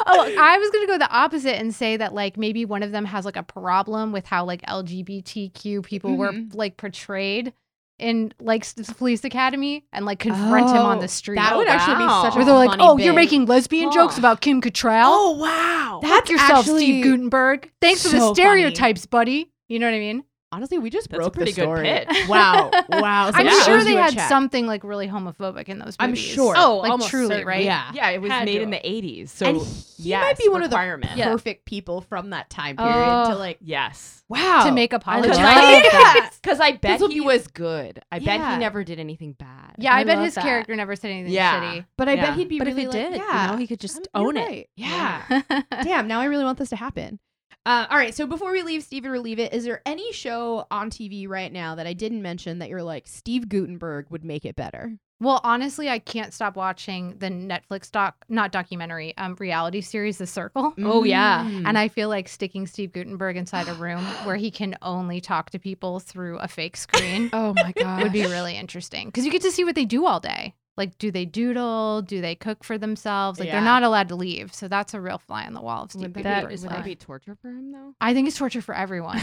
Oh, I was gonna go the opposite and say that like maybe one of them has like a problem with how like LGBTQ people were
Mhm.
like portrayed in like s- s- police academy and like confront him on
Oh,
the street.
That would actually be
wow.
such a
where they're like,
funny
"Oh, you're
bit.
making lesbian
Huh.
*gasps*
jokes about Kim Cattrall."
Oh wow.
Fuck yourself, Steve Gutenberg. Thanks for
so
the
funny.
stereotypes, buddy. You know what I mean?
Honestly, we just
That's a
broke the
pretty good
story.
*laughs* pitch.
Wow. Wow.
that
I'm
Somebody
sure
owes
they
you a
had
check.
something like really homophobic in those movies.
I'm sure.
Oh,
like
almost
truly,
certainly.
right?
Yeah.
*laughs* Yeah, it was
Had
made
to.
in the 80s. So
*laughs* and he
yes,
might be one of the
requirement.
Yeah.
perfect people from that time period to
Oh.
like
Yes.
wow
To make apologies.
I
Because
love *laughs*
I,
that.
because I bet
This
he
was good.
I bet
Yeah.
he never did anything bad.
Yeah, I,
I
bet
love
his
that.
character never said anything
Yeah.
shitty.
But I
Yeah.
bet he'd be
But
really
if it
like,
did,
yeah,
you know, he could just
I'm- you're
own it.
right. Yeah. *laughs* Damn, now I really want this to happen. Uh, all right, so before we leave Steve it or leave it, is there any show on TV right now that I didn't mention that you're like Steve Gutenberg would make it better?
well, honestly, I can't stop watching the Netflix doc, not documentary, um, reality series, The Circle.
Oh, yeah.
Mm.
And I feel like sticking Steve Gutenberg inside a room where he can only talk to people through a fake screen
Oh my god.
*laughs* would be really interesting because you get to see what they do all day. Like, do they doodle? Do they cook for themselves? Like, they're
Yeah.
not allowed to leave. So that's a real fly on the wall of Steve
Would that,
Gutenberg.
be,
is
would that
like-
be torture for him, though?
I think it's torture for everyone.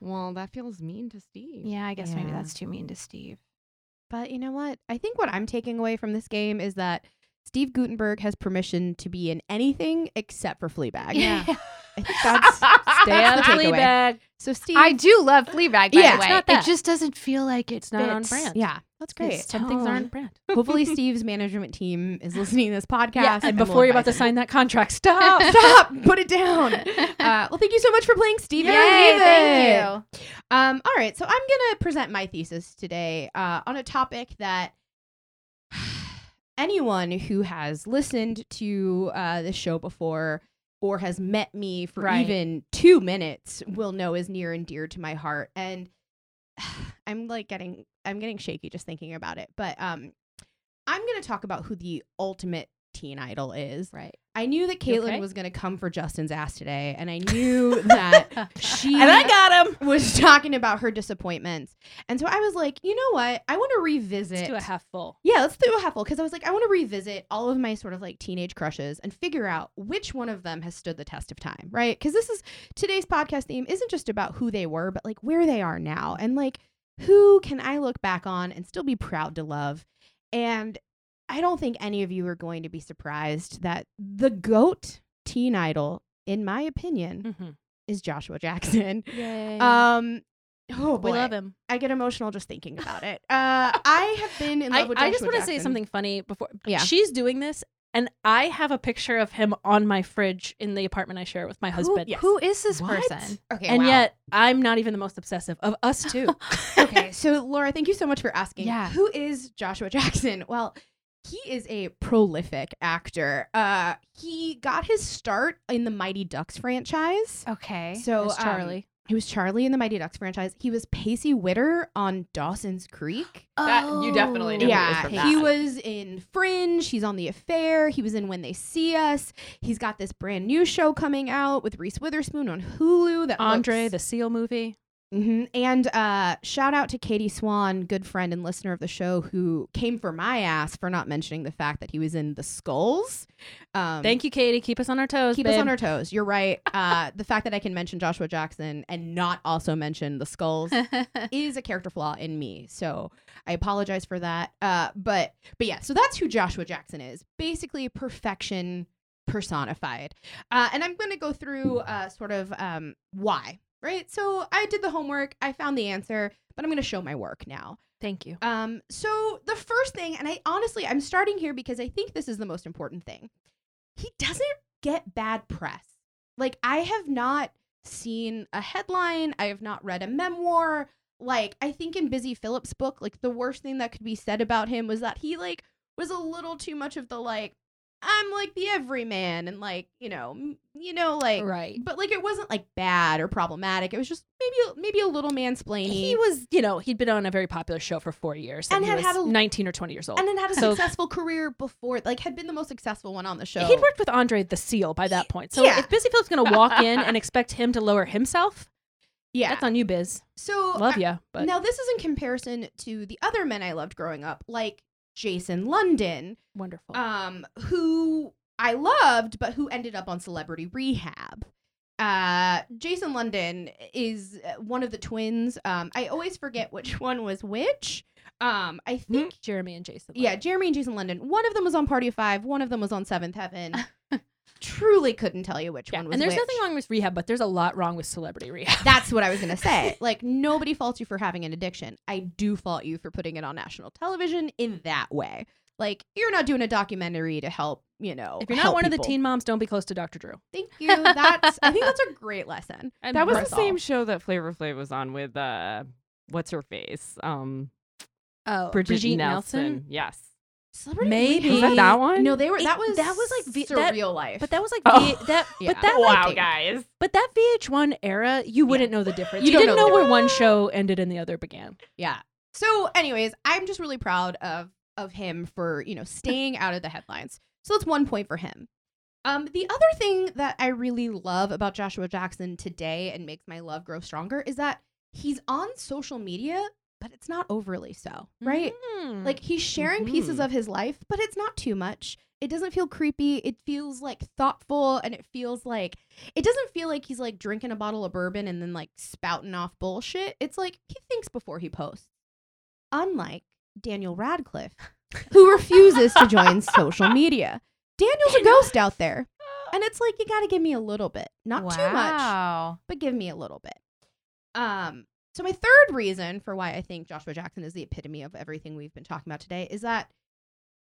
Well, that feels mean to Steve.
yeah, I guess maybe
Yeah.
that's too mean to Steve.
But you know what? I think what I'm taking away from this game is that Steve Gutenberg has permission to be in anything except for Fleabag.
*laughs*
*laughs* I think Uh, *laughs* that's
Stay out of
That's the takeaway.
Fleabag.
so Steve.
I do love Fleabag, by
Yeah,
the
it's
way.
not
it
that.
just doesn't feel like it's
not on brand.
yeah, that's great.
Some things aren't brand.
*laughs*
*laughs*
Hopefully, Steve's management team is listening to this podcast.
and
we'll
before you're about to
advise
sign that contract,
*laughs*
stop.
them. stop, put it
*laughs*
down. Uh, well, thank you so much for playing Steve.
Yay,
and Leave It.
thank you.
Um, all right, so I'm gonna present my thesis today uh, on a topic that *sighs* anyone who has listened to uh, this show before or has met me for
Right.
even two minutes will know is near and dear to my heart, and *sighs* I'm like getting I'm getting shaky just thinking about it. But um, I'm gonna talk about who the ultimate teen idol is.
Right.
I knew that
You
Caitlin
okay?
was gonna come for Justin's ass today, and I knew that
*laughs*
she
got him.
was talking about her disappointments. And so I was like, you know what? I want to revisit.
Let's do a half full.
yeah, let's do a heffle because I was like, I want to revisit all of my sort of like teenage crushes and figure out which one of them has stood the test of time, right? Because this is today's podcast theme isn't just about who they were, but like where they are now and like who can I look back on and still be proud to love. And I don't think any of you are going to be surprised that the GOAT teen idol, in my opinion, is Joshua Jackson.
Mm-hmm. Yay.
Um, oh boy,
we love him.
I get emotional just thinking about it. Uh, I have been in love
*laughs* I,
with.
I just
want to
say something funny before.
Yeah.
She's doing this, and I have a picture of him on my fridge in the apartment I share with my
Who,
husband.
who is this
What?
person?
Okay,
And
wow.
yet, I'm not even the most obsessive of us two.
*laughs* okay. So Laura, thank you so much for asking.
Yeah.
Who is Joshua Jackson? *laughs* Well, he is a prolific actor. Uh, he got his start in the Mighty Ducks franchise.
Okay.
So
That's Charlie.
um, he was Charlie in the Mighty Ducks franchise. He was Pacey Witter on Dawson's Creek.
That- you definitely knew who he is
yeah,
from
he
that.
was in Fringe. He's on The Affair. He was in When They See Us. He's got this brand new show coming out with Reese Witherspoon on Hulu. That
Andre,
looks-
the Seal movie.
hmm And uh, shout out to Katie Swan, good friend and listener of the show, who came for my ass for not mentioning the fact that he was in The Skulls. Um,
Thank you, Katie. Keep us on our toes.
Keep us
babe.
on our toes. You're right. Uh, the fact that I can mention Joshua Jackson and not also mention The
*laughs*
Skulls is a character flaw in me. So I apologize for that. Uh, but but yeah, so that's who Joshua Jackson is. Basically, perfection personified. Uh, and I'm going to go through uh, sort of um, why. Right. So I did the homework. I found the answer, but I'm going to show my work now.
Thank you.
Um, so the first thing, and I honestly, I'm starting here because I think this is the most important thing. He doesn't get bad press. Like I have not seen a headline. I have not read a memoir. Like I think in Busy Phillips' book, like the worst thing that could be said about him was that he like was a little too much of the like I'm like the everyman and like you know m- you know like
Right.
but like it wasn't like bad or problematic. It was just maybe maybe a little mansplaining.
He was, you know, he'd been on a very popular show for four years
And
he
had
was
had a-
19 or 20 years old.
and then had a
So-
successful career before like had been the most successful one on the show
He'd worked with Andre the Seal by that point. So
Yeah.
if Busy Phillips going to walk
*laughs*
in and expect him to lower himself,
yeah
that's on you, Biz.
so
Love
I-
ya, But
now this is in comparison to the other men i loved growing up like jason london
wonderful.
um who I loved, but who ended up on Celebrity Rehab. Uh, Jason London is uh, one of the twins. Um, I always forget which one was which. Um, I
Hmm.
think
Jeremy and Jason.
yeah, Jeremy and Jason London. One of them was on Party of Five. One of them was on Seventh
*laughs*
Heaven. Truly couldn't tell you which
Yeah,
one was.
and there's
which.
nothing wrong with rehab, but there's a lot wrong with celebrity rehab.
*laughs* That's what I was gonna say. *laughs* Like nobody faults you for having an addiction. I do fault you for putting it on national television in that way. Like you're not doing a documentary to help. You know,
if you're not
Oh, help
one of the
people.
teen moms, don't be close to Dr. Drew.
*laughs* Thank you. That's I think that's a great lesson.
*laughs* And
That was the
That's all.
same show that Flavor Flav was on with uh, what's her face? Um,
Oh,
Bridget, Nelson. Yes.
Celebrity
Maybe-
Rehab.
Was that that one?
No, they were.
It-
that was
that was, like, vi- that-
surreal life.
But that was like
Oh.
v- that.
Yeah.
But that like,
wow, guys.
But that VH1 era, you wouldn't know the difference.
You
You,
don't
didn't
know
know,
the
where one show ended and the other began.
yeah. So, anyways, I'm just really proud of of him for you know staying out of the headlines. So that's one point for him. Um, the other thing that I really love about Joshua Jackson today and makes my love grow stronger is that he's on social media, but it's not overly so, right?
Hmm. Mm, Mm-hmm.
Like he's sharing pieces
Mhm.
of his life, but it's not too much. It doesn't feel creepy. It feels like thoughtful and it feels like it doesn't feel like he's like drinking a bottle of bourbon and then like spouting off bullshit. It's like he thinks before he posts. Unlike Daniel Radcliffe, who refuses to join social media. Daniel's a ghost out there. And it's like you got to give me a little bit. Not too much
Wow.
but give me a little bit. Um, so my third reason for why I think Joshua Jackson is the epitome of everything we've been talking about today is that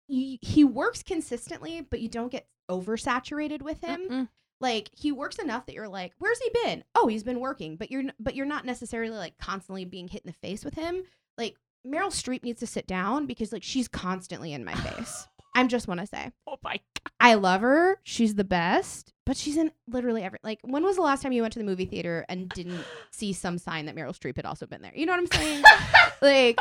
he, he works consistently, but you don't get oversaturated with him.
Mm-mm.
Like he works enough that you're like, where's he been? Oh, he's been working, but you're n- but you're not necessarily like constantly being hit in the face with him. Like Meryl Streep needs to sit down because like she's constantly in
*sighs*
my face. I'm just want to say.
Oh my
I love her. She's the best, but she's in literally every. Like, when was the last time you went to the movie theater
*sighs*
and didn't see some sign that Meryl Streep had also been there? You know what I'm saying?
*laughs*
like,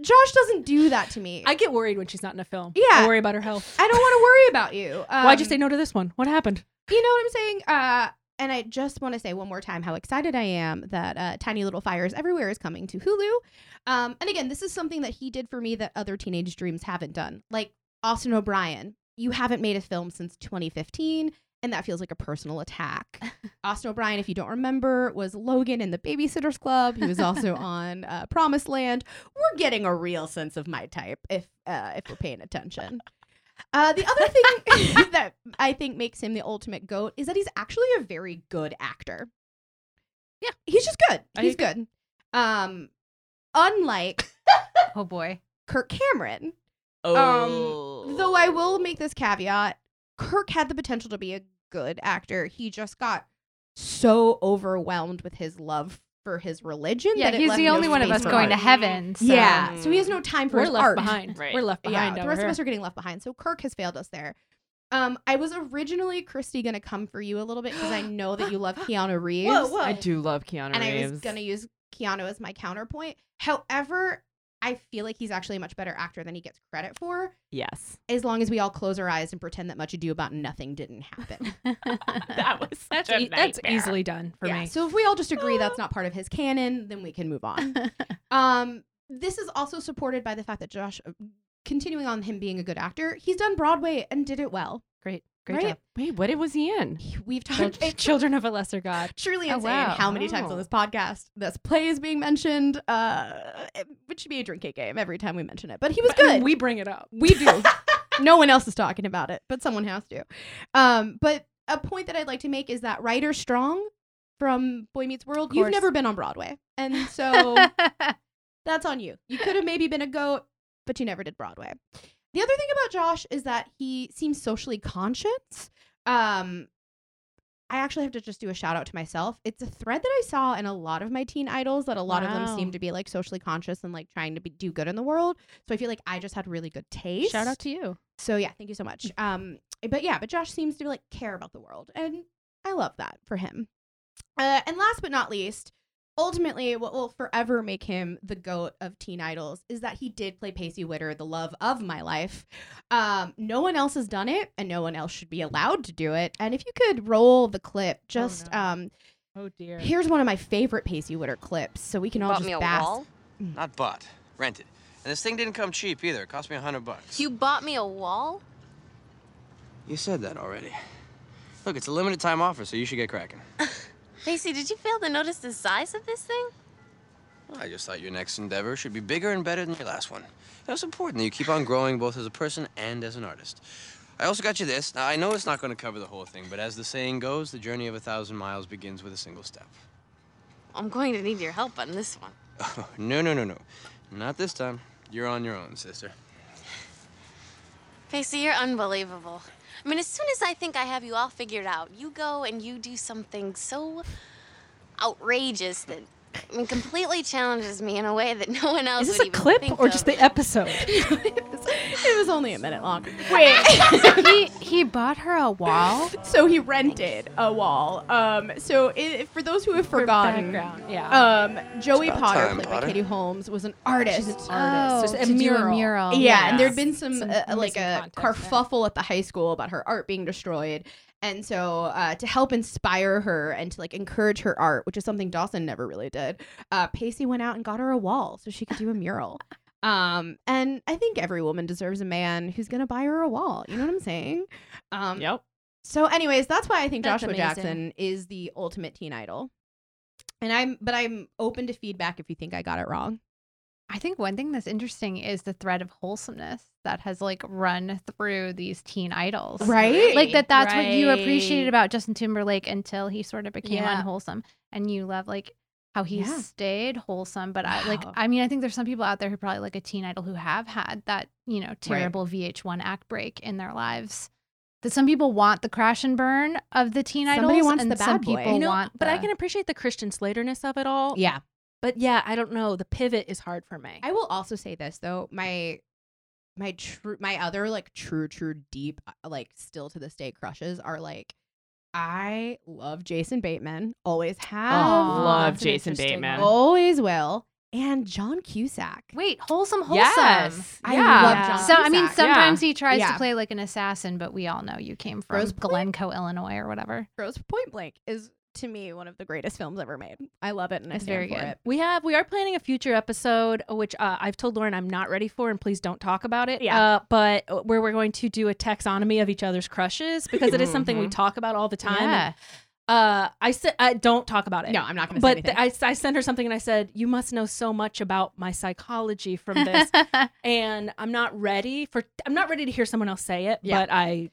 Josh doesn't do that to me.
I get worried when she's not in a film.
Yeah.
I worry about her health.
I don't want to worry about you. Um,
Why'd you say no to this one? What happened?
You know what I'm saying? Uh, and I just want to say one more time how excited I am that uh, Tiny Little Fires Everywhere is coming to Hulu. Um, and again, this is something that he did for me that other Teenage Dreams haven't done. Like Austin O'Brien, you haven't made a film since 2015, and that feels like a personal attack. Austin O'Brien, if you don't remember, was Logan in the Babysitters Club. He was also on uh, Promised Land. We're getting a real sense of my type if uh, if we're paying attention. Uh, the other thing *laughs* that I think makes him the ultimate goat is that he's actually a very good actor. Yeah, he's just good.
I
he's good. Um, unlike
Oh boy.
Kirk Cameron,
Um,
Oh.
though I will make this caveat Kirk had the potential to be a good actor. He just got so overwhelmed with his love for his religion
Yeah,
that it
he's
left
the
no
only one of
space
us
for
going to
art.
heaven. So.
*laughs*
Mm.
Yeah, so he has no time for
We're
his
left
art.
behind.
Right.
We're left behind.
Yeah, the
over
rest
here.
of us are getting left behind. So Kirk has failed us there. Um, I was originally Christy gonna come for you a little bit because
*gasps*
I know that you love Keanu Reeves,
I do love Keanu
and I
Reeves.
was gonna use Keanu as my counterpoint. However, I feel like he's actually a much better actor than he gets credit for.
*laughs* *laughs* yes.
As long as we all close our eyes and pretend that Much Ado About Nothing didn't
*laughs*
happen.
That was such
That's,
a
e- that's
nightmare.
easily done for
yeah.
me.
So if we all just agree
*gasps*
that's not part of his canon, then we can move on.
*laughs*
um, this is also supported by the fact that Josh, uh, continuing on him being a good actor, he's done Broadway and did it well.
Great. Great
Right?
job.
Wait, what was e he in?
we've
Chil-
talked it's
*laughs* Children of a Lesser God.
truly
Oh,
insane
wow.
how many times on
Oh.
this podcast this play is being mentioned uh it- which should be a drinking game every time we mention it but he was
But, I mean,
good
We bring it up.
we
*laughs*
do no one else is talking about it but someone has to um but a point that i'd like to make is that writer strong from boy meets world you've
course.
never been on broadway and so that's on you you could have maybe been a goat but you never did broadway the other thing about josh is that he seems socially conscious um I actually have to just do a shout out to myself. It's a thread that I saw in a lot of my teen idols that a lot of them
Wow.
seem to be like socially conscious and like trying to be, do good in the world. So I feel like I just had really good taste.
Shout out to you.
So yeah, thank you so much. Um, but yeah, but Josh seems to like care about the world, and I love that for him. Uh, and last but not least, ultimately, what will forever make him the goat of teen idols is that he did play Pacey Witter, the love of my life. Um, no one else has done it, and no one else should be allowed to do it. And if you could roll the clip, just
no.
um,
Oh dear.
here's one of my favorite Pacey Witter clips, so we can all just bask.
Not bought, rented. And this thing didn't come cheap either. It cost me a hundred bucks.
You bought me a wall?
You said that already. Look, it's a limited time offer, so you should get cracking.
Lacey, did you fail to notice the size of this thing?
I just thought your next endeavor should be bigger and better than your last one. It was important that you keep on growing both as a person and as an artist. I also got you this. Now, I know it's not going to cover the whole thing, but as the saying goes, the journey of a thousand miles begins with a single step.
I'm going to need your help on this one.
Oh, no, no, no, no. Not this time. You're on your own, sister.
Pacey, you're unbelievable. I mean, as soon as I think I have you all figured out, you go and you do something so outrageous that I mean, completely challenges me in a way that no one else
Is this
would
a
even
clip
think
or
of.
just the episode?
it was only a minute long.
*laughs* he he bought her a wall.
*laughs* So he rented a wall. Um, so i for those who have forgotten,
background, yeah.
um, Joey
about
Potter,
time,
played
Potter.
by Katie Holmes, was an artist.
Oh,
Just a
to do
mural.
a mural.
yeah, and there had been some, uh, like
missing
a
context there.
kerfuffle at the high school about her art being destroyed. And so, uh, to help inspire her and to like encourage her art, which is something Dawson never really did, uh, Pacey went out and got her a wall so she could do a mural. Um, and I think every woman deserves a man who's gonna buy her a wall. You know what I'm saying? Um,
Yep.
So, anyways, that's why I think
That's
Joshua
amazing.
Jackson is the ultimate teen idol. And I'm, but I'm open to feedback if you think I got it wrong.
I think one thing that's interesting is the thread of wholesomeness that has like run through these teen idols.
Right?
Like that that's what you appreciated
Right.
about Justin Timberlake until he sort of became
Yeah.
unwholesome and you love like how he
Yeah.
stayed wholesome but I like
Wow.
I mean I think there's some people out there who probably like a teen idol who have had that, you know, terrible VH1 act break in their lives. That some people want the crash and burn of the teen
Somebody
idols
wants
and
the
some
bad boy.
people
You know,
want
but I
the-
can appreciate the Christian Slaterness of it all.
Yeah.
But yeah, I don't know. The pivot is hard for me.
I will also say this though, my my true my other like true true deep uh, like still to this day crushes are like I love Jason Bateman, always have,
Aw,
Oh, Love
that's an
Jason
interesting
Bateman.
one.
always will, and John Cusack.
Wait, wholesome wholesome.
Yes.
I
yeah.
love John
So I mean,
Cusack.
sometimes he tries
Yeah.
to play like an assassin, but we all know you came from
Rose Point?
Glencoe, Illinois, or whatever.
Rose Point Blank is to me one of the greatest films ever made. I love it and I
It's
stand
very
for
good.
it.
We have we are planning a future episode, which uh, I've told Lauren I'm not ready for, and please don't talk about it.
Yeah.
Uh, but uh, where we're going to do a taxonomy of each other's crushes because
*laughs*
it is something
Mm-hmm.
we talk about all the time. and, uh, I said I don't talk about it.
No, I'm not going to say
But
anything.
th- I, s- I sent her something and I said, You must know so much about my psychology
*laughs*
from this. and I'm not ready for, I'm not ready to hear someone else say it,
Yeah.
but I,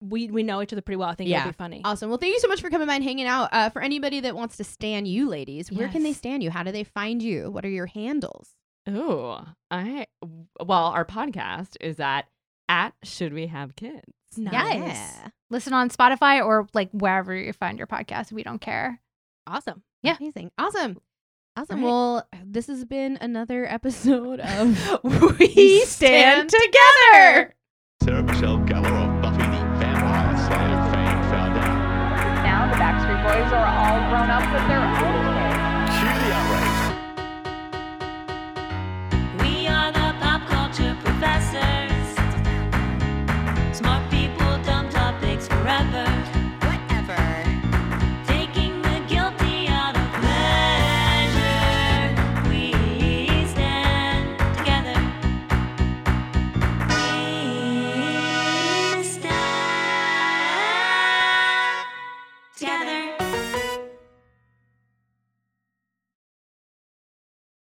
we we know each other pretty well. I think
Yeah.
it'll be funny.
Awesome. Well, thank you so much for coming by and hanging out. Uh, for anybody that wants to stan you, ladies, where can they
Yes.
stan you? How do they find you? What are your handles?
Ooh, I well, our podcast is at at should we have kids?
Nice.
Listen on Spotify or like wherever you find your podcast. We don't care.
awesome.
Yeah.
Amazing. Awesome. Awesome.
right.
Well, this has been another episode *laughs* of
we stand together.
Sarah Michelle Gellar of Buffy the Vampire Slayer fame fell down.
Now the Backstreet Boys are all grown up with their own kids.
Cue the outrage.
We are the pop culture professors. Smart people, dumb topics forever. Whatever. Taking the guilty out of pleasure. We stand together. We stand together.